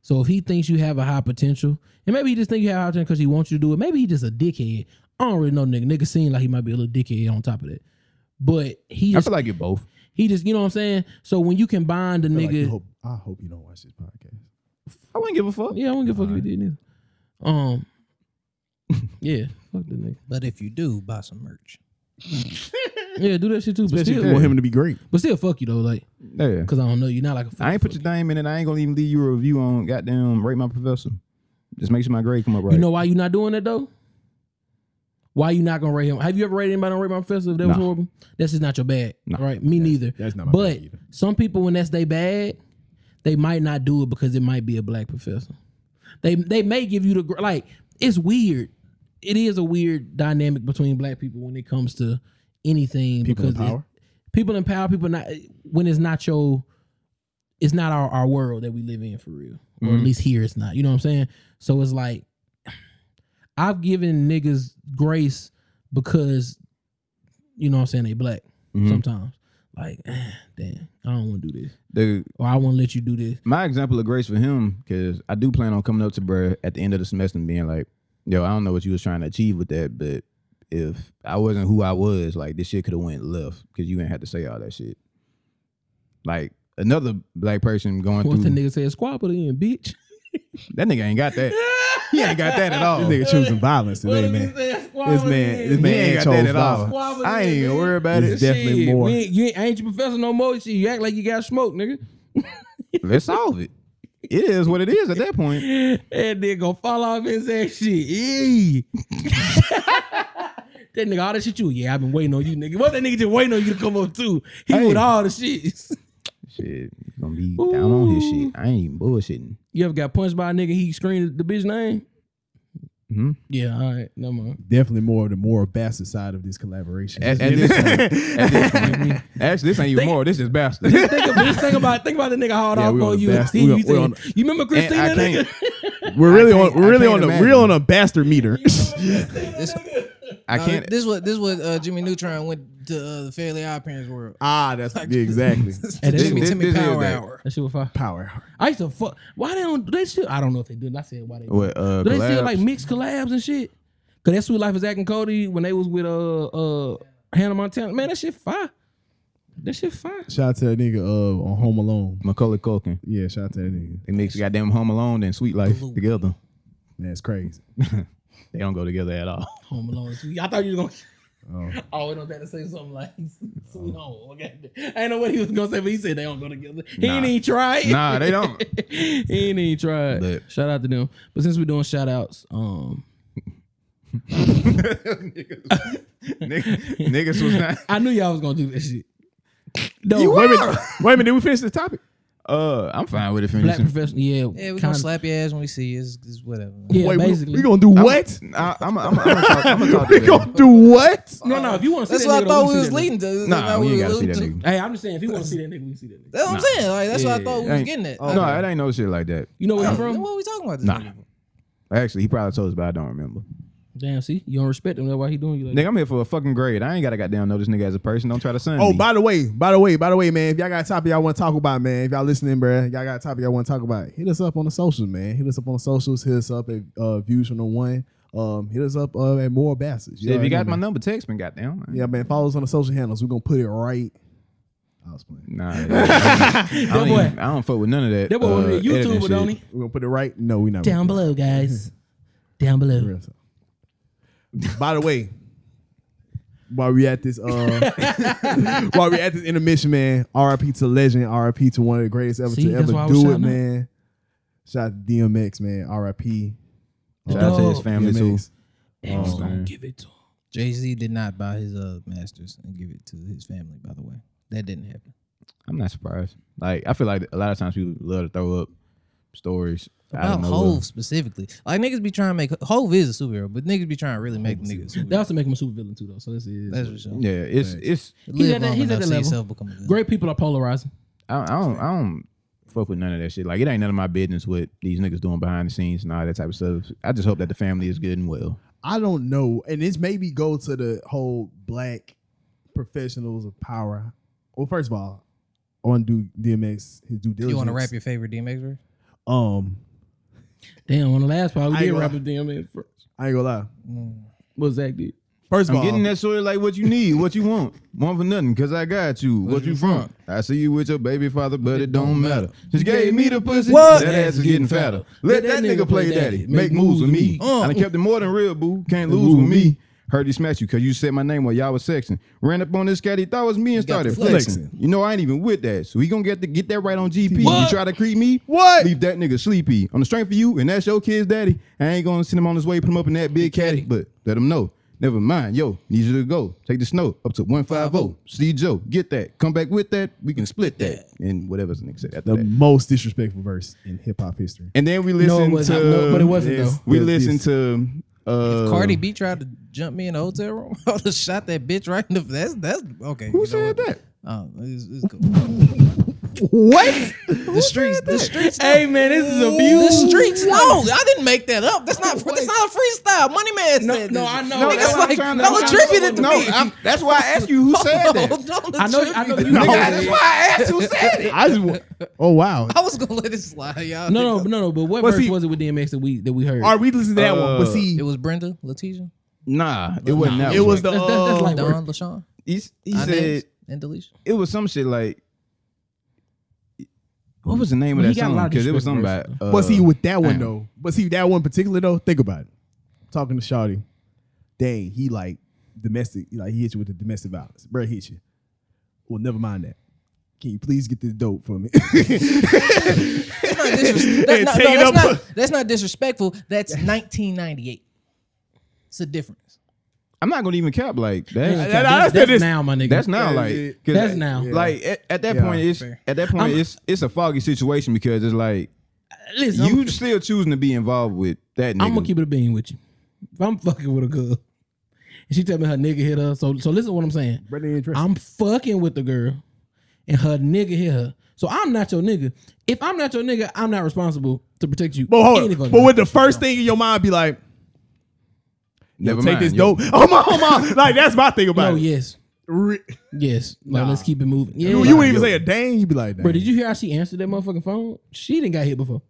So if he thinks you have a high potential, and maybe he just think you have high potential because he wants you to do it. Maybe he just a dickhead. I don't really know nigga. Nigga seem like he might be a little dickhead on top of that. But he I just, feel like it both. he just you know what I'm saying. So when you combine the I feel like you nigga, hope- I hope you don't watch this podcast. I wouldn't give a fuck. yeah, I don't give a fuck if he didn't. Either. Um, yeah, fuck the nigga. But if you do, buy some merch. Yeah, do that shit too. But Especially if still, you want him to be great. but still, fuck you though, like Yeah. because I don't know you. Not like a fuck I ain't put fuck your name in it. I ain't gonna even leave you a review on goddamn rate my professor. Just make sure my grade come up right. You know why you not doing that though? Why you not gonna rate him? Have you ever rated anybody on rate my professor? If that was Nah. horrible, that's just not your bag, Nah. right? Me neither. that's not my But bag either. some people, when that's they bad, they might not do it because it might be a black professor. They they may give you the gr- like. It's weird. It is a weird dynamic between black people when it comes to anything People in because it- power? people in power, people not when it's not your it's not our, our world that we live in for real. Or Mm-hmm. at least here it's not. You know what I'm saying? So it's like I've given niggas grace because you know what I'm saying, they black Mm-hmm. Mhm. sometimes. Like, eh, damn, I don't wanna do this. The- Or I won't let you do this. my example of grace for him, because I do plan on coming up to bruh at the end of the semester and being like, yo, I don't know what you was trying to achieve with that, but if I wasn't who I was, like this shit could have went left because you ain't had to say all that shit. Like another black person going Once the Mm-hmm. through nigga says squabble in, bitch. that nigga ain't got that. he ain't got that at all. This nigga choosing violence today, man. This man, this He ain't man got chose that at all. violence. I ain't even worried about It's it. definitely Shit, more. We ain't, you ain't, I ain't your professor no more. Shit, you act like you got smoked, nigga. Let's solve it. It is what it is at that point. And then gonna fall off his ass shit. Eee. that nigga, all that shit you, yeah, I've been waiting on you, nigga. What that nigga just waiting on you to come up too? He Hey. with all the shits. Shit, he's gonna be down on his Ooh. shit. I ain't even bullshitting. You ever got punched by a nigga, he screamed the bitch name? Hmm? Mhm. Yeah, all right, no mind. Definitely more of the moral bastard side of this collaboration. At, at this point, at this point, actually, this ain't even more. This is bastard. Just think, of, just think about think about the nigga hauled Yeah, off we on on the you. and best- see we on- you, we saying- on- you remember And Christina, I nigga? can't, we're really I on, can't- we're I really can't on, a, imagine. we're on a bastard meter. I Nah, can't. This what this what uh, Jimmy Neutron went to uh, the Fairly Odd Parents world. ah, that's yeah, Hey, exactly that, This, shit, was- Jimmy this- Timmy this is Power that. Hour. that shit was fire. power. I used to fuck. Why they don't do they still? I don't know if they do. I said why they. What, uh, do they still collabs? like mixed collabs and shit? Cause that Sweet Life is acting Cody when they was with uh uh Hannah Montana. Man, that shit fire. That shit fire. Shout out to that nigga uh, on Home Alone. Macaulay Culkin. Yeah, shout out to that nigga. They mix goddamn Home Alone and Sweet Life Blue. together. That's crazy. They don't go together at all. Home Alone. I thought you were gonna. Oh. I always was about to say something like "Sweet Home." Okay. I ain't know what he was gonna say, but he said they don't go together. He Nah. ain't even try. nah, they don't. he ain't even tried. But- shout out to them. But since we're doing shout outs, um, niggas, niggas, niggas was not. I knew y'all was gonna do this shit. No, You Wait a are. minute. Wait a minute. Did we finish the topic? Uh, I'm fine with it black finishing. professional. Yeah, Yeah, we kinda- gonna slap your ass when we see you. It's, it's whatever. Yeah, Wait, we- basically. we, gonna do what? I, I'm gonna talk, I'ma talk We to them. gonna do what? no, no. If you want to see That's that what nigga, I thought we see that was nigga. leading to. That's Nah, what we ain't was gotta see that alluding nigga. to. Hey, I'm just saying, if you want to see that nigga, we see that nigga. That's what I'm saying. Like that's what I thought we was Ain't- getting Oh, at. No, it ain't no shit like that. You know where Like, he then Oh, from? What are we talking about? This Nah. nigga? Actually, he probably told us, but I don't remember. Damn, see, you don't respect him. That's why he doing you like. that. Nigga, I'm here for a fucking grade. I ain't gotta goddamn know this nigga as a person. Don't try to send Oh, me. by the way, by the way, by the way, man, if y'all got a topic y'all want to talk about, man, if y'all listening, bruh, y'all got a topic y'all want to talk about, hit us up on the socials, man. Hit us up on the socials. Hit us up at uh, Views from the One. Um, hit us up uh, at More Bastards. Shit, if you already got know, my man. number, text me. Goddamn. Yeah, man, follow us on the social handles. We're going to put it right. I was playing. Nah, I, don't That even- boy- I don't fuck with none of that. That boy was uh, a editing YouTuber, shit. don't he? We're going to put it right. No, we're not. Down below, guys. Down below. By the way, while we at this, uh, while we at this intermission, man, RIP to legend, RIP to one of the greatest ever See, to that's why I ever was do it, shouting out. man. Shout out to DMX, man, RIP. Shout out to his family too. DMX. And he's Oh, gonna man. give it to him. Jay Z did not buy his uh masters and give it to his family. By the way, that didn't happen. I'm not surprised. Like I feel like a lot of times people love to throw up stories. out About of nowhere. Hove specifically, like niggas be trying to make Hove is a superhero, but niggas be trying to really make niggas. They Superhero. also make him a super villain too, though. So this is That's for sure. Yeah, it's it's. He's at Live that- long he's at enough, that see level. yourself become a villain. great. People are polarizing. I, I don't I don't fuck with none of that shit. Like it ain't none of my business what these niggas doing behind the scenes and all that type of stuff. I just hope that the family is good and well. I don't know, and this maybe go to the whole black professionals of power. Well, first of all, I want to do DMX his due diligence. You want to rap your favorite DMX verse? Um, Damn, on the last part, we I ain't did gonna- rap with DMX. first. I ain't gonna lie. What Zach did. First of I'm all, getting that soil like what you need, what you want. Want for nothing, cause I got you. What, you from? I see you with your baby father, but it don't matter. Just gave me the pussy. What? That ass is getting fatter. Let that nigga play daddy. Make moves with me. Uh, I done kept it more than real, boo. Can't lose with me. Heard he smacked you because you said my name while y'all was sexing. Ran up on this cat he thought was me and got started the flexing. flexing. You know I ain't even with that, so he gonna get to get that right on GP. You try to creep me, What? Leave that nigga sleepy. On the strength of you, and that's your kid's daddy. I ain't gonna send him on his way, put him up in that big caddy, but let him know. Never mind, yo, need you to go. Take this note up to 150. See Joe, get that. Come back with that. We can oh. split that. And whatever's the next set after the that. most disrespectful verse in hip hop history. And then we listened was- to no, but it wasn't, Yes. though. We Yeah, listened this- to uh Cardi B tried to jump me in the hotel room. I would have shot that bitch right in the. That's that's okay. Who said that? Oh, it's, it's cool. what? The streets. The streets. Hey man, this is The abuse. streets. No, I didn't make that up. That's not. That's not a freestyle. Money man No, said no, this. I know. Niggas that's why like, don't attribute it to no, me. I'm- that's why I asked you who said that. No, don't I know. I know. attribute You it. no, Nigga, that's why I asked who said it. I just, wa- oh wow. I was gonna let it slide, y'all. no, no, no, no. But what But verse see- was it with DMX that we that we heard? All right, we listened to that one, Uh, but see, It was Brenda, Letitia, Nah, it wasn't that. it one. was the That's- that's- that's uh, like- Don, LaShawn, He, he Inez, said and Delisha. it was some shit like. What was the name of He that got a lot song? of Because it was something about. disrespect Uh, But see, with that one damn. though, but see that one particular though. Think about it. Talking to Shawty, dang, he like domestic, like he hit you with the domestic violence. Bro, hit you. Well, never mind that. Can you please get this dope for me? That's not disres- that- And no, no, take it that's up not- that's not disrespectful. That's 1998. It's a difference. uh, I'm not gonna even cap like Yeah, that. that- that's, that's- that's that's- now, my nigga. That's now Yeah, yeah. like 'cause That's at- now. Like at, at that Yeah. point, it's Fair. at that point I'm- it's it's a foggy situation because it's like Listen, you I'm, still choosing to be involved with that nigga. I'm gonna keep it a bean with you. If I'm fucking with a girl, and she tell me her nigga hit her, so so listen to what I'm saying. Brother ain't dressed. I'm fucking with the girl, and her nigga hit her. So I'm not your nigga. If I'm not your nigga, I'm not responsible to protect you. But Oh, hold any on. fucking But way. with the first thing in your mind be like, Never take mind, this yo. dope. Oh my, oh my. Like that's my thing about no, it. Oh, yes, Re- yes. Like, let's keep it moving. Yeah, You wouldn't even say a dang. You be like, Bro, dang. did you hear how she answered that motherfucking phone? She didn't got hit before.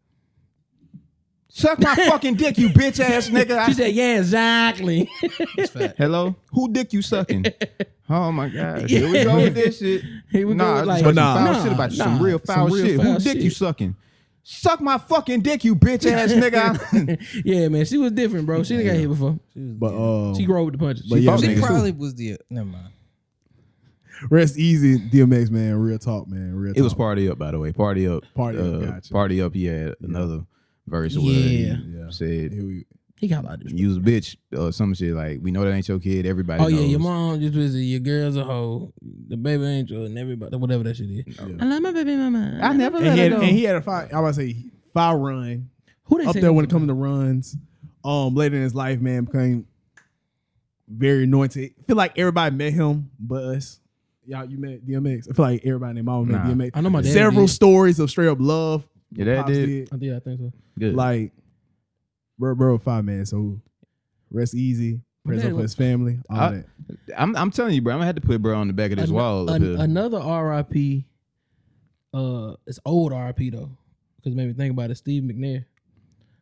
Suck my fucking dick, you bitch ass nigga. She I- said, "Yeah, exactly." It's fact. Hello, who dick you sucking? oh my god, here we go with this shit. Here we go nah, with, like- but Nah. nah, foul shit about you. some Nah, real some foul real shit. foul who dick shit. you sucking? Suck my fucking dick, you bitch ass nigga. yeah, man, she was different, bro. She didn't got hit before. But um, She rolled with the punches. But She yeah, fought She niggas niggas. too. probably was the. Never mind. rest easy, DMX man. Real talk, man. Real. it was talk. party up, by the way. Party up. uh, Party Up, gotcha. Party up. He had another verse where Yeah. he Yeah. said Here we- He got a lot of disrespect. you was a bitch or some shit like we know that ain't your kid. Everybody. Oh yeah, knows. your mom just busy. Your girl's a hoe. The baby angel and everybody, whatever that shit is. I love my baby mama. I never and let he her had, go. and he had a five. I would say five run Who they up say- there when it comes to runs. Um, later in his life, man became very anointed. feel like everybody met him, but us. Y'all, you met DMX. I feel like everybody named mom met Nah. DMX. I know my dad Several did. stories of straight up love. Your dad Pops did? I think, I think so. Good. Like, bro, bro, five man. So rest easy. Prayers dad up for was- his family. All I- that. I'm, I'm telling you, bro. I'm gonna have to put bro on the back of this An- wall. up an- here. another R.I.P. Uh, it's old R.I.P. though, because made me think about it. Steve McNair.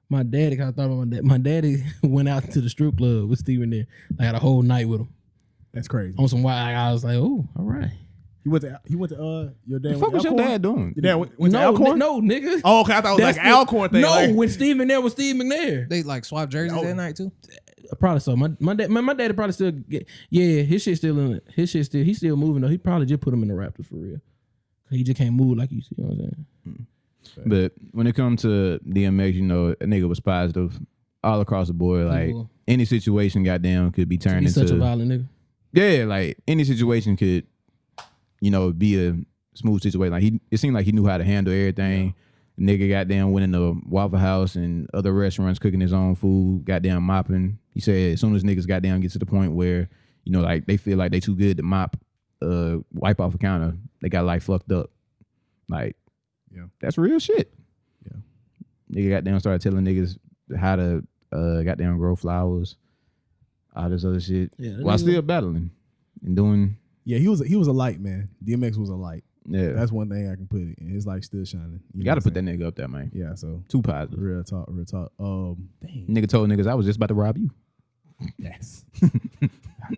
My daddy, 'cause I thought about my dad. My daddy went out to the strip club with Steve McNair. I had a whole night with him That's crazy. on some wild. I was like, oh, all right. He went to he went to uh your the dad. fuck went was to your Alcorn? dad doing? Your dad went, went to no, ni- Alcorn? no, nigga. Oh, okay. I thought it was That's like the- Alcorn thing. No, like- when Steve McNair was Steve McNair. They like swap jerseys that night too. Uh, Probably so. My my dad my, my daddy probably still get, yeah, his shit still in his shit still he's still moving though. He probably just put him in the Raptors for real. He just can't move like you see you know what I'm saying. But when it comes to DMX, you know, a nigga was positive all across the board. Like People. any situation, goddamn, could be turned He's into such a violent nigga. yeah, like any situation could, you know, be a smooth situation. Like he, it seemed like he knew how to handle everything. Nigga, goddamn, went in the Waffle House and other restaurants cooking his own food. Goddamn, mopping. He said as soon as niggas goddamn get to the point where you know, like they feel like they too good to mop, uh, wipe off a counter, they got like fucked up. Like, Yeah. that's real shit. Yeah. Nigga goddamn started telling niggas how to uh goddamn grow flowers, all this other shit. Yeah, that while nigga- still battling and doing Yeah, he was he was a light man. DMX was a light. Yeah, That's one thing I can put it. And his light still shining. you got to put that nigga up there, man. Yeah. So Too positive. real talk, real talk. Um, dang. Nigga told niggas I was just about to rob you. Yes.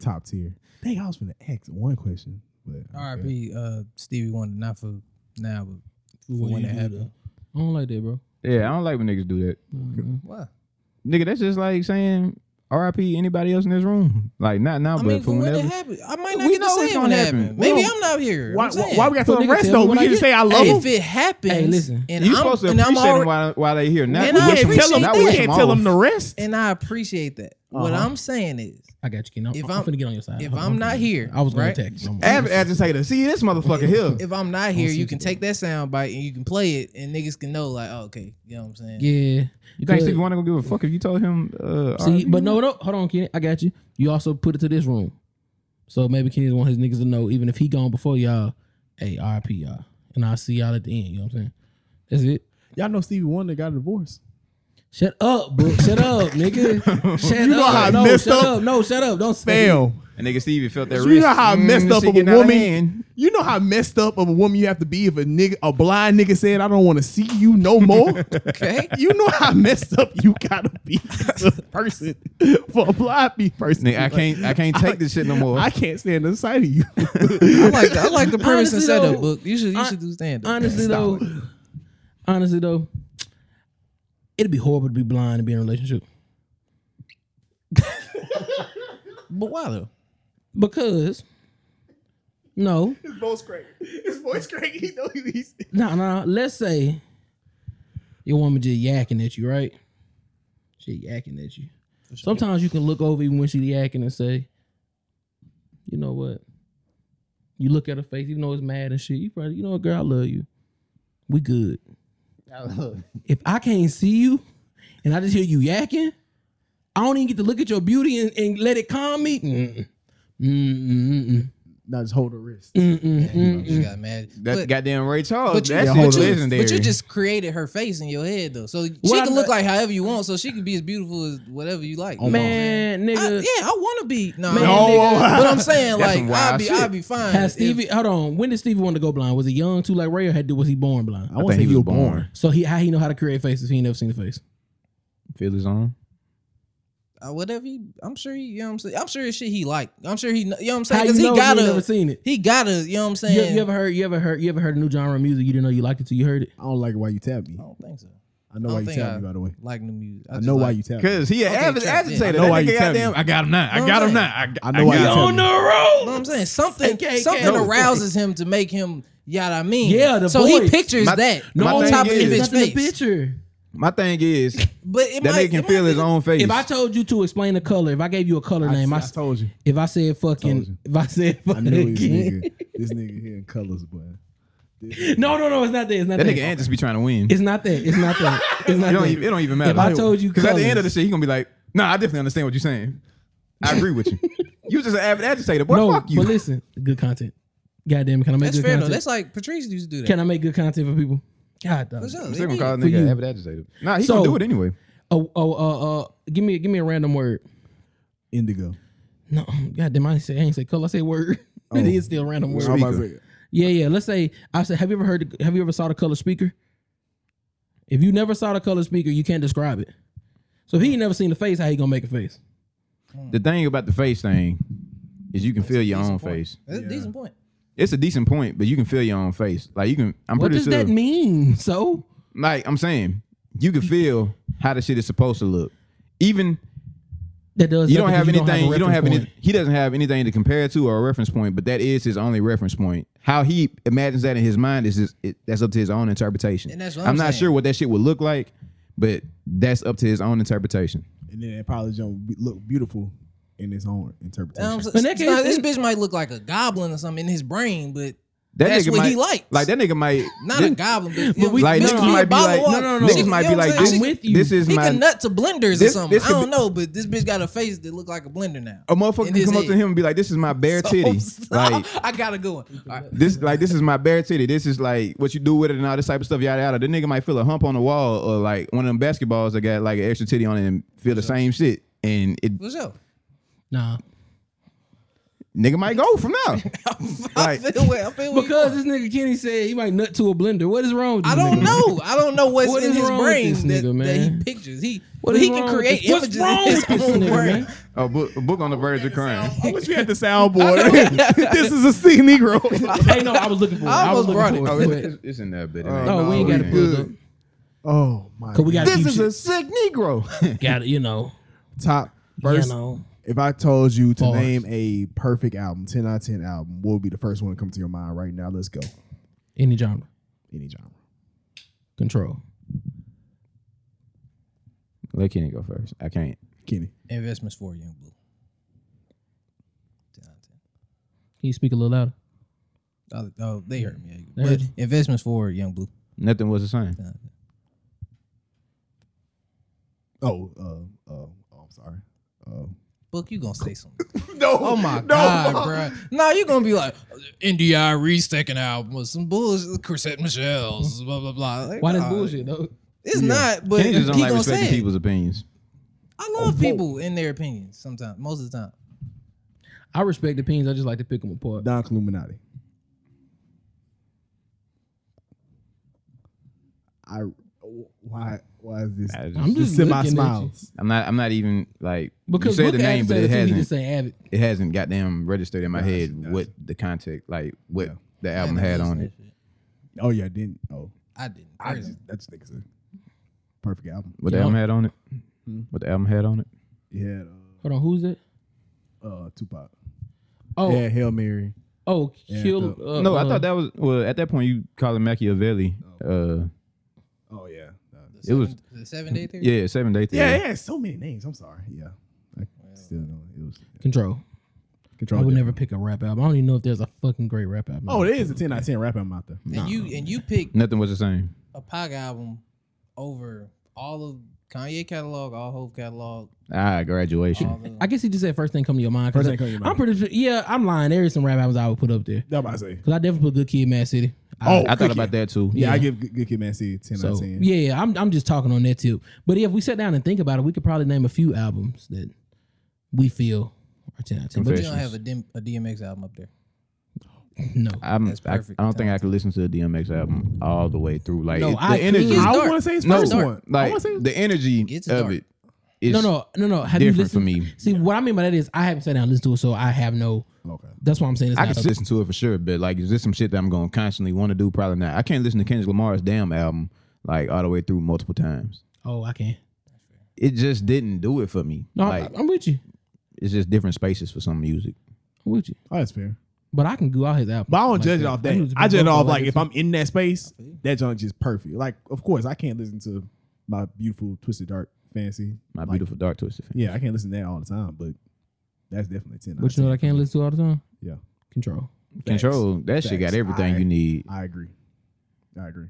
Top tier. Dang, I was gonna ask one question, but R.I.P. Uh, Stevie Wonder, not for now, but for When when you it do happened. I don't like that, bro. Yeah, I don't like when niggas do that. What? Nigga, that's just like saying R.I.P. anybody else in this room. Like not now, I but mean, for for when it whenever. happened, I might not We get to know say it's it gonna when it happen. happened. Maybe Well, I'm not here. Why, I'm why, saying. why we got So to nigga arrest tell though? me We when I can get- say I love Hey, him. if it happens, Hey, listen. and You I'm, supposed to and I'm appreciate already, them while, while they here. Not, And I not We can't tell him. appreciate not We wish can't them tell off. him to rest. and I appreciate that. What Uh-huh. I'm saying is, I got you, Ken. I'm, If I'm, I'm- finna get on your side. if Hold on, I'm hold not on. here, I was gonna right? attack you. I'm- Ab- agitator. See this motherfucker here. if I'm not here, see you you can today. take that sound bite and you can play it, and niggas can know, like, oh, okay, you know what I'm saying? Yeah. You think Good. Stevie Wonder gonna give a fuck if you told him? Uh, See, R.I.P.? but no, no, hold on, Kenny. I got you. You also put it to this room. So maybe Kenny want his niggas to know, even if he gone before y'all, hey, RIP y'all. And I'll see y'all at the end. You know what I'm saying? That's it. Y'all know Stevie Wonder got a divorce. Shut up, Brooke. shut up, nigga. Shut You know up. how I no, messed shut up? up. No, shut up. Don't fail. Fail. And nigga Stevie felt that. You know how wrist. Mm, messed up shit of a getting out woman. hand. You know how messed up of a woman you have to be if a nigga, a blind nigga said, "I don't want to see you no more." Okay. you know how messed up you gotta be as a person for a blind pe- person. Nigga, I can't. I can't take this shit no more. I can't stand the sight of you. I like the, I like the premise Honestly, and setup though, book. You should you hon- should do stand up. Honestly though, honestly though, it'd be horrible to be blind and be in a relationship. But why though? Because no. His voice crack. His voice crack. He know he's. No, no. Let's say your woman just yakking at you, right? She yakking at you. Sometimes you can look over even when she yakking and say, you know what? You look at her face, even though it's mad and shit. You probably, you know what, girl, I love you. We good. If I can't see you and I just hear you yakking, I don't even get to look at your beauty and, and let it calm me. Mm-mm. Mm-mm. Not just hold her wrist. Mm-mm. Mm-mm. You got mad. That but, goddamn Ray Charles. but you, that but shit you- legendary. but you just created her face in your head though, so she Well, can I'm look not- like however you want. So she can be as beautiful as whatever you like. You know what I'm saying? Man, I, nigga. yeah, I want to be. Nah, Man, no, nigga. but I'm saying That's like some wild I'll be shit. I'll be fine. Has if- Stevie? hold on. When did Stevie want to go blind? Was he young too, like Ray, or had, was he born blind? I want to say think he was born. So he how he know how to create faces? if He ain't never seen the face. Feel his own. uh, whatever. He, I'm sure he. You know what I'm saying. I'm sure it's shit he like. I'm sure he. kn- You know what I'm saying. How you Because he know if you ain't gotta. never seen it? He gotta. You know what I'm saying. You, you ever heard? You ever heard? You ever heard a new genre of music? You didn't know you liked it till you heard it. I don't like why you tap me. I don't think so. I know I why don't you think tap I- me. By the way, Like new music. I, know just why like- you tap me. Cause he an Okay, avid trap, yeah. agitator. I know That why you nigga tell me. goddamn. I got him now. I No, got him I'm now. I, I know why you got tell him. the me. You know what I'm road. saying something. AKK. Something No. arouses him to make him. Yada I mean. Yeah, the so he voice. pictures My- that no, on my top of thing the is- bitch It's nothing face. to picture. My thing is But it that might, nigga can it feel might his be- own face. If I told you to explain the color, if I gave you a color I, name, I, I s- told you. if I said Told you. fucking, if I said I knew this fucking, nigga. This nigga here in colors, boy. no, no, no, it's not that. It's not that that. nigga Ant just be trying to win. It's not that. It's not that. It's It not don't, that. even, it don't even matter. If I told you because at the end of the colors- shit, he gonna be like, "No, nah, I definitely understand what you're saying. I agree with you. You just an avid agitator, boy. no, fuck you." but listen, good content. Goddamn, can I make That's good fair though. content? That's like Patrice used to do that. Can I make good content for people? God damn. For sure. I'm They still gonna did. call that For nigga you. an avid agitator. Nah, he So- gonna do it anyway. Oh, oh, uh, uh, give me, give me a random word. Indigo. No, God damn, I ain't say, I ain't say color. I say word. Oh. it is still a random word. I was about to Speaker. say, Yeah, yeah. Let's say I said, have you ever heard? the- Have you ever saw the color speaker? If you never saw the color speaker, you can't describe it. So if he ain't never seen the face, how he gonna make a face? The thing about the face thing is you can feel your Decent own point. face. That's a decent point. It's a decent point, but you can feel your own face. Like you can. I'm What pretty does sure. that mean? So Like I'm saying, you can feel how the shit is supposed to look. Even that does. you nothing don't have 'cause anything. a You don't have, reference any. He doesn't have anything to compare it to or a reference point. But that is his only reference point. How he imagines that in his mind is his, it, that's up to his own interpretation. And that's what I'm not saying. sure what that shit would look like, but that's up to his own interpretation. and then it probably don't be- look beautiful in its own interpretation. Um, so- But that so now case- this bitch might look like a goblin or something in his brain, but That That's nigga what might, he likes. Like that nigga might. not a thi- goblin. But, But we- Like No, niggas no, he a might be bottle like, of no, water. no, no, She Niggas can- might you be know what like, I'm this, saying? I'm with you. this is He my. can nut to blenders This- or something. this I could don't be- know, but this bitch got a face that look like a blender now. a motherfucker in can his come up to head. him and be like, "This is my bare So- titty." Like I got a good one. All right. this, like this is my bare titty. This is like what you do with it and all this type of stuff. Yada yada. The nigga might feel a hump on the wall or like one of them basketballs that got like an extra titty on it and feel the same shit. And it What's up? Nah. nigga might go from now. I Like- feel where, I feel where you Because this going. nigga Kenny said he might nut to a blender. What is wrong with you? I don't know. I don't know what's What in is his wrong with brain this that, nigga, that he man? pictures. He What is he can wrong with create this- what's images wrong in his with this own nigga, brain. man? A book, a book on the verge of crying. I wish we had the soundboard. this is a sick Negro. Hey, no, I was looking for it. I I was almost looking for brought it. Oh, it's, Quick. it's- it's in that bit. No, we ain't Oh, got to man. pull it up. oh my! Cause we got This deep is a shit. sick Negro. Got it. You know. top first. You know. If I told you to Bars. name a perfect album, ten out of ten album, what would be the first one to come to your mind right now? Let's go. Any genre. Any genre. Control. Let Kenny go first. I can't. Kenny. Investments for Young Blue. Ten out of ten. Can you speak a little louder? Oh, oh, they heard me. They But heard you. investments for Young Blue. Nothing was the same. Oh, uh, uh, oh, I'm sorry. Uh, Book, you gonna say something? no. Oh my god, bro. No, you gonna be like NDI Reed's second album was some bullshit. Chrisette Michelle's blah blah blah. Like, Why this nah, bullshit though? It's not, but Kenny he just don't like gonna respecting say it. people's opinions. I love people in their opinions sometimes, most of the time. I respect the opinions. I just like to pick them apart. Don Illuminati. I. Why? Why is this? I I'm just just, Just semi looking at you. smiles. I'm not. I'm not even like Because you said look at the name, Avid but said it it too, he just hasn't. say Avid. It hasn't goddamn registered in my Gotcha, head gotcha. what the context, like what Yeah. the album had on it. Oh yeah, I didn't. Oh, I didn't. I Crazy. just, that's niggas. a Perfect album. What the Yeah. album had on it. Hmm. What the album had on it. Yeah. Hold on, who's that? Uh, uh, Tupac. Oh, Yeah, Hail Mary. oh, Yeah, kill. the- uh, no, I uh, thought that was well. At that point, you calling Machiavelli. Uh, Oh yeah. Uh, it was the seven day theory. yeah, seven day theory. yeah, yeah. So many names. I'm sorry. Yeah. I still know it was Control. control. I would Demo. never pick a rap album. I don't even know if there's a fucking great rap album. Oh, there is a ten out of ten rap album out there. And you and you picked Nothing was the same. a Pac album over all of Kanye catalog, all Hope catalog, Ah, graduation. all the I guess he just said first thing come to your mind. 'cause First thing come to your mind. I'm pretty sure. Yeah, I'm lying. There is some rap albums I would put up there. That's what I say. Cause I definitely put Good Kid, Mad City. I- I Oh, Good thought about that Kid. too. Yeah, I Yeah. give Good Good Kid, Man City ten out so of ten. yeah, yeah, I'm I'm just talking on that tip. But if we sat down and think about it, we could probably name a few albums that we feel are ten out of ten. But you don't have a, dim, a DMX album up there. no, I'm, That's I, I perfect don't think I could listen to a DMX album all the way through. Like No, it- the I energy, could. I dark. want to say his no, first one. I like want to say his- the energy It's of dark. it is no, no, no, no. Have you different for listened? me. See what I mean by that is I haven't sat down and listened to it, so I have no. okay. That's why I'm saying it's I not can a- listen to it for sure, but like, is this some shit that I'm gonna constantly want to do? Probably not. I can't listen to Kendrick Lamar's damn album like all the way through multiple times. Oh, I can. It just didn't do it for me. No, I- like, I'm with you. it's just different spaces for some music. I'm with you. Oh, that's fair. But I can go out his album. But I don't Like judge it off I that. use I judge it Billboard off like this. if I'm in that space, that junk just perfect. Like, of course, I can't listen to my beautiful twisted dark fantasy. My Like, beautiful dark twisted. Fan. Yeah, I can't listen to that all the time, but that's definitely ten. out But of you know 10. what I can't listen to all the time? Yeah. Control. Facts. Control that shit Facts. got everything I- you need. I agree. I agree.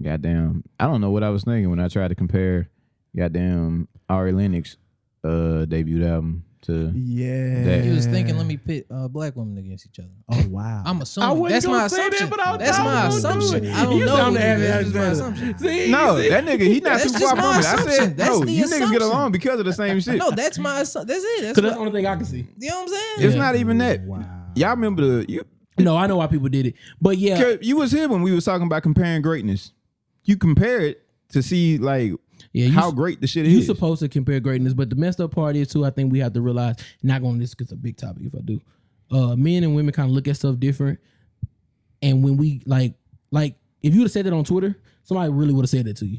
Goddamn, I don't know what I was thinking when I tried to compare. Goddamn, Ari Lennox uh debut album to Yeah. That- He was thinking, let me pit uh, black women against each other. Oh wow. I'm I assuming wasn't that's gonna my say that, assumption. but I was- that's I my was gonna do assumption. it. I don't You know. sound what it happy is, as it's my hell. assumption. no that nigga he not That's too just far my from it. I assumption. said That's no, the you niggas get assumption. along because of the same shit. No, that's my assumption. That's it. Because That's, that's what, the only thing I can see. you know what I'm saying? it's not even that. Wow. Y'all remember the you, No, I know why people did it. But yeah, you was here when we was talking about comparing greatness. You compare it to see like yeah you, how great the shit you is. supposed to compare greatness. But the messed up part is, too, I think we have to realize, not going to this because it's a big topic if I do. Uh, men and women kind of look at stuff different. And when we, like, like if you would have said that on Twitter, somebody really would have said that to you.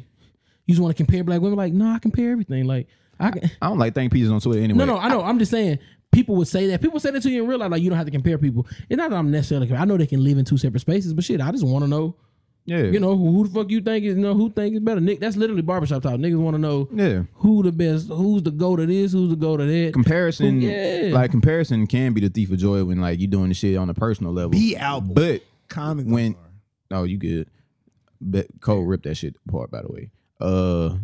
You just want to compare black women? Like, no, I compare everything. Like, I can. I don't like thank pieces on Twitter anyway. No, no, I know. I'm just saying people would say that. People say that to you in real life. Like you don't have to compare people. It's not that I'm necessarily. I know they can live in two separate spaces, but shit, I just want to know. yeah, You know who, who the fuck you think is? You know who think is better? Nick, that's literally barbershop talk. Niggas want to know yeah. who the best, who's the go to this, who's the go to that. Comparison, Yeah. like comparison, can be the thief of joy when like you doing the shit on a personal level. B album. but Common when- No, you good. But Cole ripped that shit apart, by the way. Uh,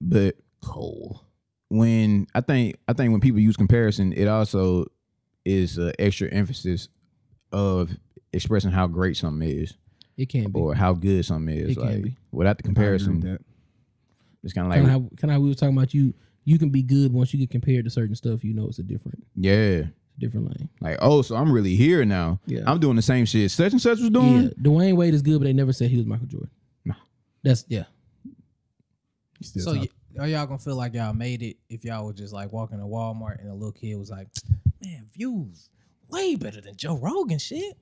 but Cole, when I think I think when people use comparison, it also is an extra emphasis of expressing how great something is It can't be. or how good something is. It can like be. without the comparison, That. it's kind of Kind of like how, kind of how we were talking about you. You can be good once you get compared to certain stuff. You know it's a different. yeah, Different lane. Like, oh, so I'm really here now. Yeah. I'm doing the same shit such and such was doing. Yeah, Dwayne Wade is good, but they never said he was Michael Jordan. Nah. that's yeah. You still So talking. y- are y'all gonna feel like y'all made it if y'all was just like walking to Walmart and a little kid was like, "Man, views way better than Joe Rogan shit."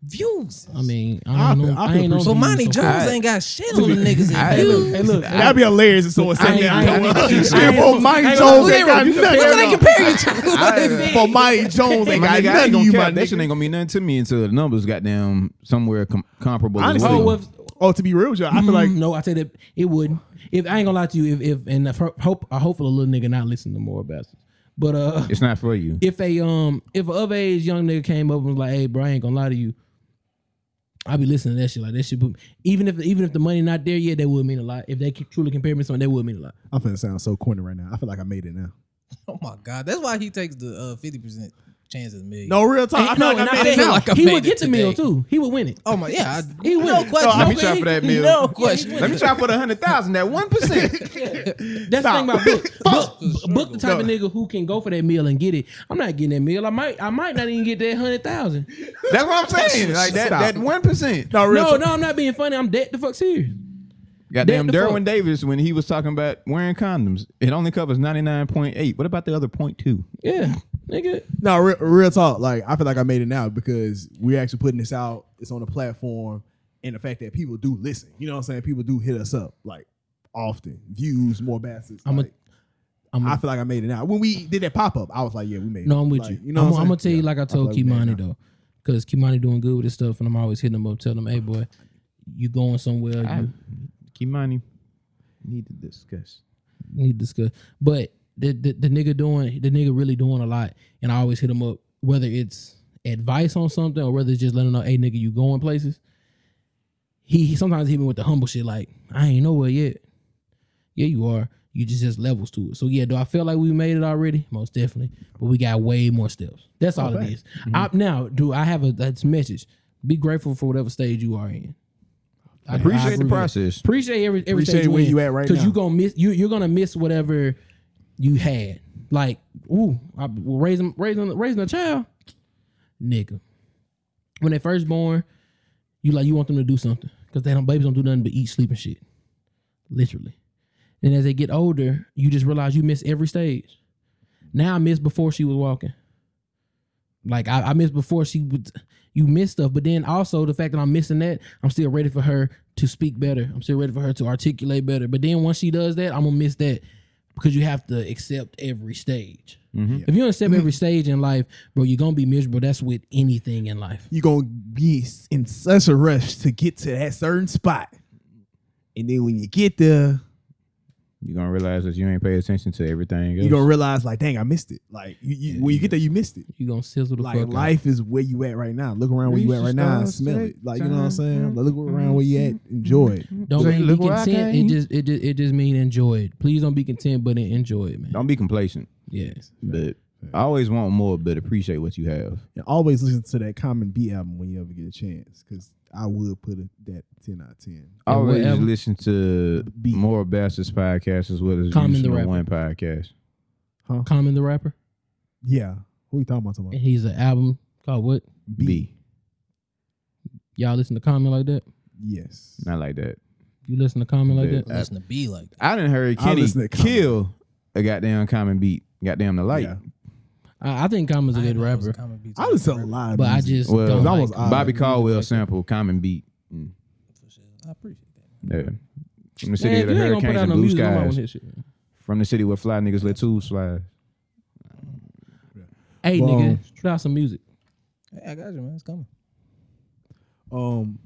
Views. I mean, I I don't feel- know. I I, feel ain't know. pretty- so Monty so- Jones I- ain't got shit on the niggas I- and views. Hey, look, That'd be hilarious if someone I said ain't- I ain't- I that. ain't- Shit, well, Mike Jones ain't got What can they nothing. compare you to? I- For Mike Jones ain't My nigga, got I ain't nothing, gonna you cap. my That shit nigga. ain't gonna mean nothing to me until the numbers goddamn somewhere com- comparable. to Honestly. what- Oh, if, Oh, to be real, with you, I feel like Mm, no, I tell you that it wouldn't. If I ain't gonna lie to you, if if and I ho- hope I hope a little nigga not listen to more bastards. But uh, it's not for you. if a um if a of age young nigga came up and was like, hey, bro, I ain't gonna lie to you. I be listening to that shit like that shit. But even if even if the money not there yet, that would mean a lot. If they could truly compare me to something, that would mean a lot. I'm finna sound so corny right now. I feel like I made it now. Oh my god, that's why he takes the uh, fifty percent chance of the million. No real talk. I And- no, feel like and I I made it said feel now. like I he made would it get the meal today. too. He would win it. Oh my, yeah, I, He no wouldn't. question. No, No, let me try for that meal. No question. Let me try for the hundred thousand. That one percent. That's the thing about books. Book, For sure. book the type of nigga who can go for that meal and get it. I'm not getting that meal. I might I might not even get that hundred thousand. That's what I'm saying. Like that. Stop. That one percent. No real No, talk. no, I'm not being funny. I'm dead the fuck serious. Goddamn That the Derwin fuck. Davis when he was talking about wearing condoms. It only covers ninety nine point eight. What about the other point two? Yeah, nigga. No, real, real talk. Like I feel like I made it now because we're actually putting this out. It's on the platform, and the fact that people do listen. You know what I'm saying? People do hit us up like often. Views, more bastards. I'm a- like, I'm I feel like I made it now. When we did that pop up, I was like, yeah, we made it. no, I'm with Like, you. You know, I'm, what I'm, I'm gonna tell saying? you like I told like we made Kimani it. though, because Kimani doing good with his stuff, and I'm always hitting him up, telling him, "Hey, boy, you going somewhere? you Kimani need to discuss. need to discuss." But the, the the nigga doing the nigga really doing a lot, and I always hit him up whether it's advice on something or whether it's just letting him know, "Hey, nigga, you going places." He, he sometimes hit me with the humble shit like, "I ain't nowhere yet." Yeah, you are. You just just levels to it. So yeah, do I feel like we made it already? Most definitely. But we got way more steps. That's all it is. Mm-hmm. I, now, do I have a that's message? Be grateful for whatever stage you are in. I Appreciate the agree. process. Appreciate every every Appreciate stage where in, you at right now. Cause you gonna miss you you're gonna miss whatever you had. Like, ooh, I well, raising raising raising a child, nigga. When they first born, you like you want them to do something because they don't babies don't do nothing but eat, sleep, and shit, literally. And as they get older, you just realize you miss every stage. Now I miss before she was walking. Like I, I missed before she would. You missed stuff, but then also the fact that I'm missing that, I'm still ready for her to speak better. I'm still ready for her to articulate better. But then once she does that, I'm gonna miss that because you have to accept every stage. If you don't accept every stage in life, bro, you're gonna be miserable. That's with anything in life. you gonna be in such a rush to get to that certain spot, and then when you get there, You're gonna realize that you ain't pay attention to everything. Else. you gonna realize like, dang, I missed it. Like you, you, when you get there, you missed it. You're gonna sizzle the Like fuck out. life is where you at right now. Look around where you at right now and smell it. Like you know what I'm saying. Like, look around where you at. Enjoy it. Don't mean Say, be "Look where I content. It came." just it just it just mean enjoy it. Please don't be content, but enjoy it, man. Don't be complacent. Yes. But I always want more, but appreciate what you have. And always listen to that Common B album when you ever get a chance, because I would put it that ten out of ten. I And always whatever- listen to Beat. more Bastards podcast as well as Common the Common the Rapper. One podcast. Common the rapper. Yeah, who you talking about? Talking And about? he's an album called what? B. Y'all listen to Common like that? Yes. Not like that. You listen to Common like Yeah. that? Listen to B like that. I didn't heard I Kenny listen to Common. kill a goddamn Common beat. Goddamn the light. Yeah. I, I think Common's a I good ain't know it was rapper, a common beat I to listen to a lot. Of but I music. just Well, don't it's like almost Common. Bobby Caldwell Like- sample Common beat. Mm. for sure. I appreciate that. Yeah. From the Man, city if of the you ain't gonna put hurricanes out and no blue music, I'm out with skies. his shit. From the city where fly niggas let tubes fly. Hey, Well, nigga, put out some music. Hey, I got you, man. It's coming. um.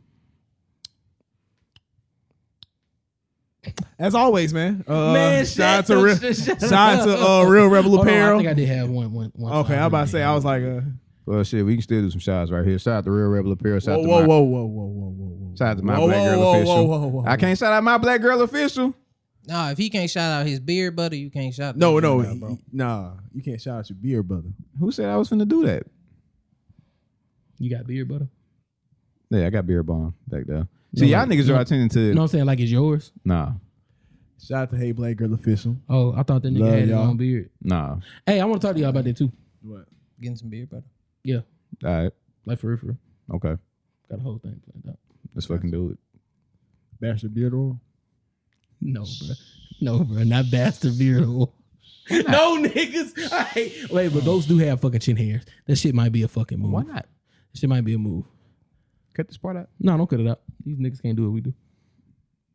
As always, man. Uh, shout out to real, shout out to uh, real rebel Hold on, I apparel. think I did have one. one, one okay, song. I'm about to say I was like, uh, Well, shit, we can still do some shots right here. Shout out to Real Rebel Apparel. Shout whoa, out to my, whoa, whoa, whoa, whoa, whoa, whoa, whoa. Shout out to my Whoa, black whoa, girl whoa, official. whoa, whoa, whoa, I can't shout out my black girl official. Nah, if he can't shout out his beard, buddy, you can't shout. No, that no, shit out, he- nah. You can't shout out your beer, brother. Who said I was finna do that? You got beer, butter? Yeah, I got beer bomb back there. See, y'all niggas are attending You to know what I'm saying? Like it's yours. nah, Shout out to Hey Black Girl Official. Oh, I thought that nigga Love had his y'all. own beard. nah. Hey, I want to talk to y'all about that too. What? getting some beer, brother. Yeah, All right. like for real, for real. Okay. Got a whole thing planned out. Let's fucking do it. Bastard beard oil. No, bro. No, bro. Not bastard beard oil. no niggas. I hate- Wait, but those do have fucking chin hairs. That shit might be a fucking move. Why not? That shit might be a move. Cut this part out. No, don't cut it up. These niggas can't do what we do.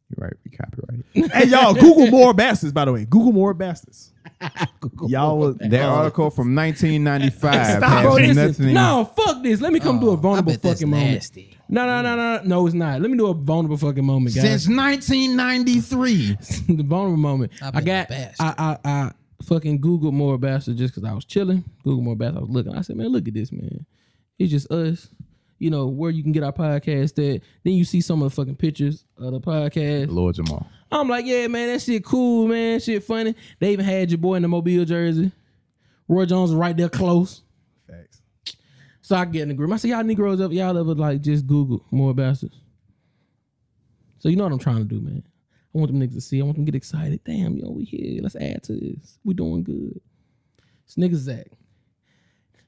You're right. We copyrighted. hey y'all, Google more bastards. By the way, Google more bastards. Y'all, was- that article from 1995 Stop, bro. has Listen. nothing. No, fuck this. Let me come do a vulnerable Oh, I bet that's fucking moment. nasty. No, no, no, no, no. It's not. Let me do a vulnerable fucking moment, guys. Since 1993. the vulnerable moment. I've I been got the I, bastard. I I fucking Googled more bastard just because I was chilling. Google more bastard. I was looking. I said, man, look at this, man. It's just us. You know where you can get our podcast at. Then you see some of the fucking pictures of the podcast. Lord Jamal. I'm like, yeah, man, that shit cool, man. Shit funny. They even had your boy in the Mobile jersey. Roy Jones was right there close. Facts. So I get in the group. I say, y'all Negroes up, y'all ever like just Google more bastards. So you know what I'm trying to do, man. I want them niggas to see. I want them to get excited. Damn, yo, we here. Let's add to this. We doing good. It's niggas Zach.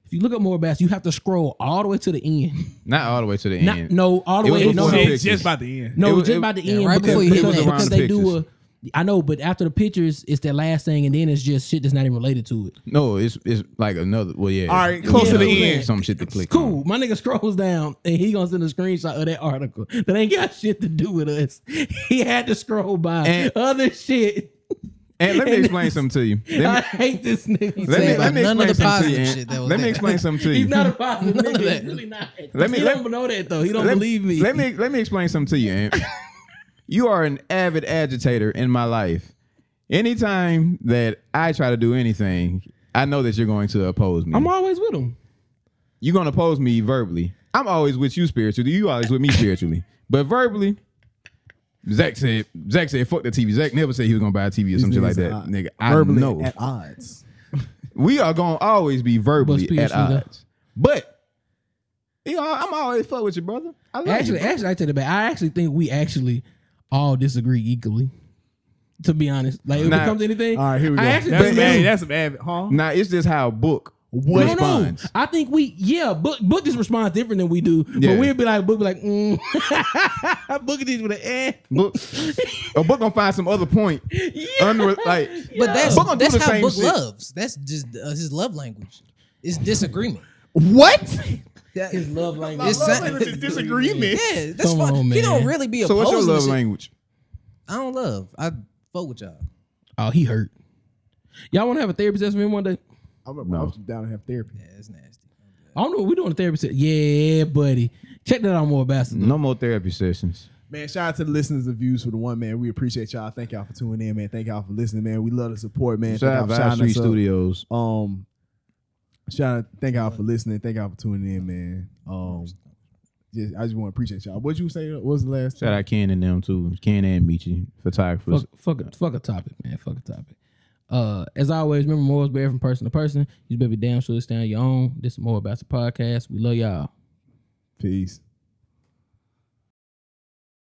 If you look up more bastards, you have to scroll all the way to the end. Not all the way to the Not end. no, all the It was way. No, before the no, pictures. just about the end. no, It was- just it- by the Yeah, end. right because before you hit because- the round because of they do a. pictures. I know, but after the pictures, it's their last thing, and then it's just shit that's not even related to it. No, it's it's like another. Well, yeah. All right, It close was to the another- end. Some shit to click. on. Cool. My nigga scrolls down and he gonna send a screenshot of that article that ain't got shit to do with us. He had to scroll by And- other shit. And let me And explain it's- something to you. Let me, I hate this nigga. let me, about let me none explain of the something to positive you. shit that Aunt. was Let me there. explain something to you. He's not a positive None of nigga. that. He's really not. Let me- he let- don't know that though. He don't let, believe me. Let me let me explain something to you, Aunt. you are an avid agitator in my life. Anytime that I try to do anything, I know that you're going to oppose me. I'm always with him. you're gonna oppose me verbally. I'm always with you spiritually. You always with me spiritually. But verbally, Zach said, Zach said, fuck the TV. Zach never said he was gonna buy a TV or some shit like that. Nigga, I verbally know. at odds. we are gonna always be But verbally at spiritually, though. odds. But you know, I'm always fuck with you, brother. I love you. Actually, bro. actually, I take it back. I actually think we actually all disagree equally. To be honest, like if Nah. it comes to anything, All right, here we go. I actually that's, think bad- we- that's some avid, huh? Now it's just how a book What? No, no. responds. I think we, yeah, Book Book just responds different than we do. Yeah. But we'd be like, Book be like, mm. Book these with an eh. Book, a book gonna find some other point. Unre- like, But that's Book gonna do that's the how same Book shit. loves. That's just uh, his love language. It's disagreement. What? That- His love language. It's sa- disagreement. yeah, that's Come fun. on, He don't man. really be so opposed. what's your love language? I don't love. I fuck with y'all. Oh, he hurt. Y'all want to have a therapy session with him one day? I remember I was down to have therapy. Yeah, that's nasty. I don't know. We doing a therapy session. Yeah, buddy. Check that out more, Mm. bastard. No more therapy sessions. Man, shout out to the listeners and views for the one man. We appreciate y'all. Thank y'all for tuning in, man. Thank y'all for listening, man. We love the support, man. Shout out Thank y'all for Vibe shining Street us up. Studios. Um, shout out, thank y'all for listening. Thank y'all for tuning in, man. Um, just I just want to appreciate y'all. What you say? What was the last? Shout out Ken and them too. Ken and Michi, photographers. Fuck, fuck, a, fuck a topic, man. Fuck a topic. Uh, as always, remember more is better from person to person. You better be damn sure to stand on your own. This is more about the podcast. We love y'all. Peace.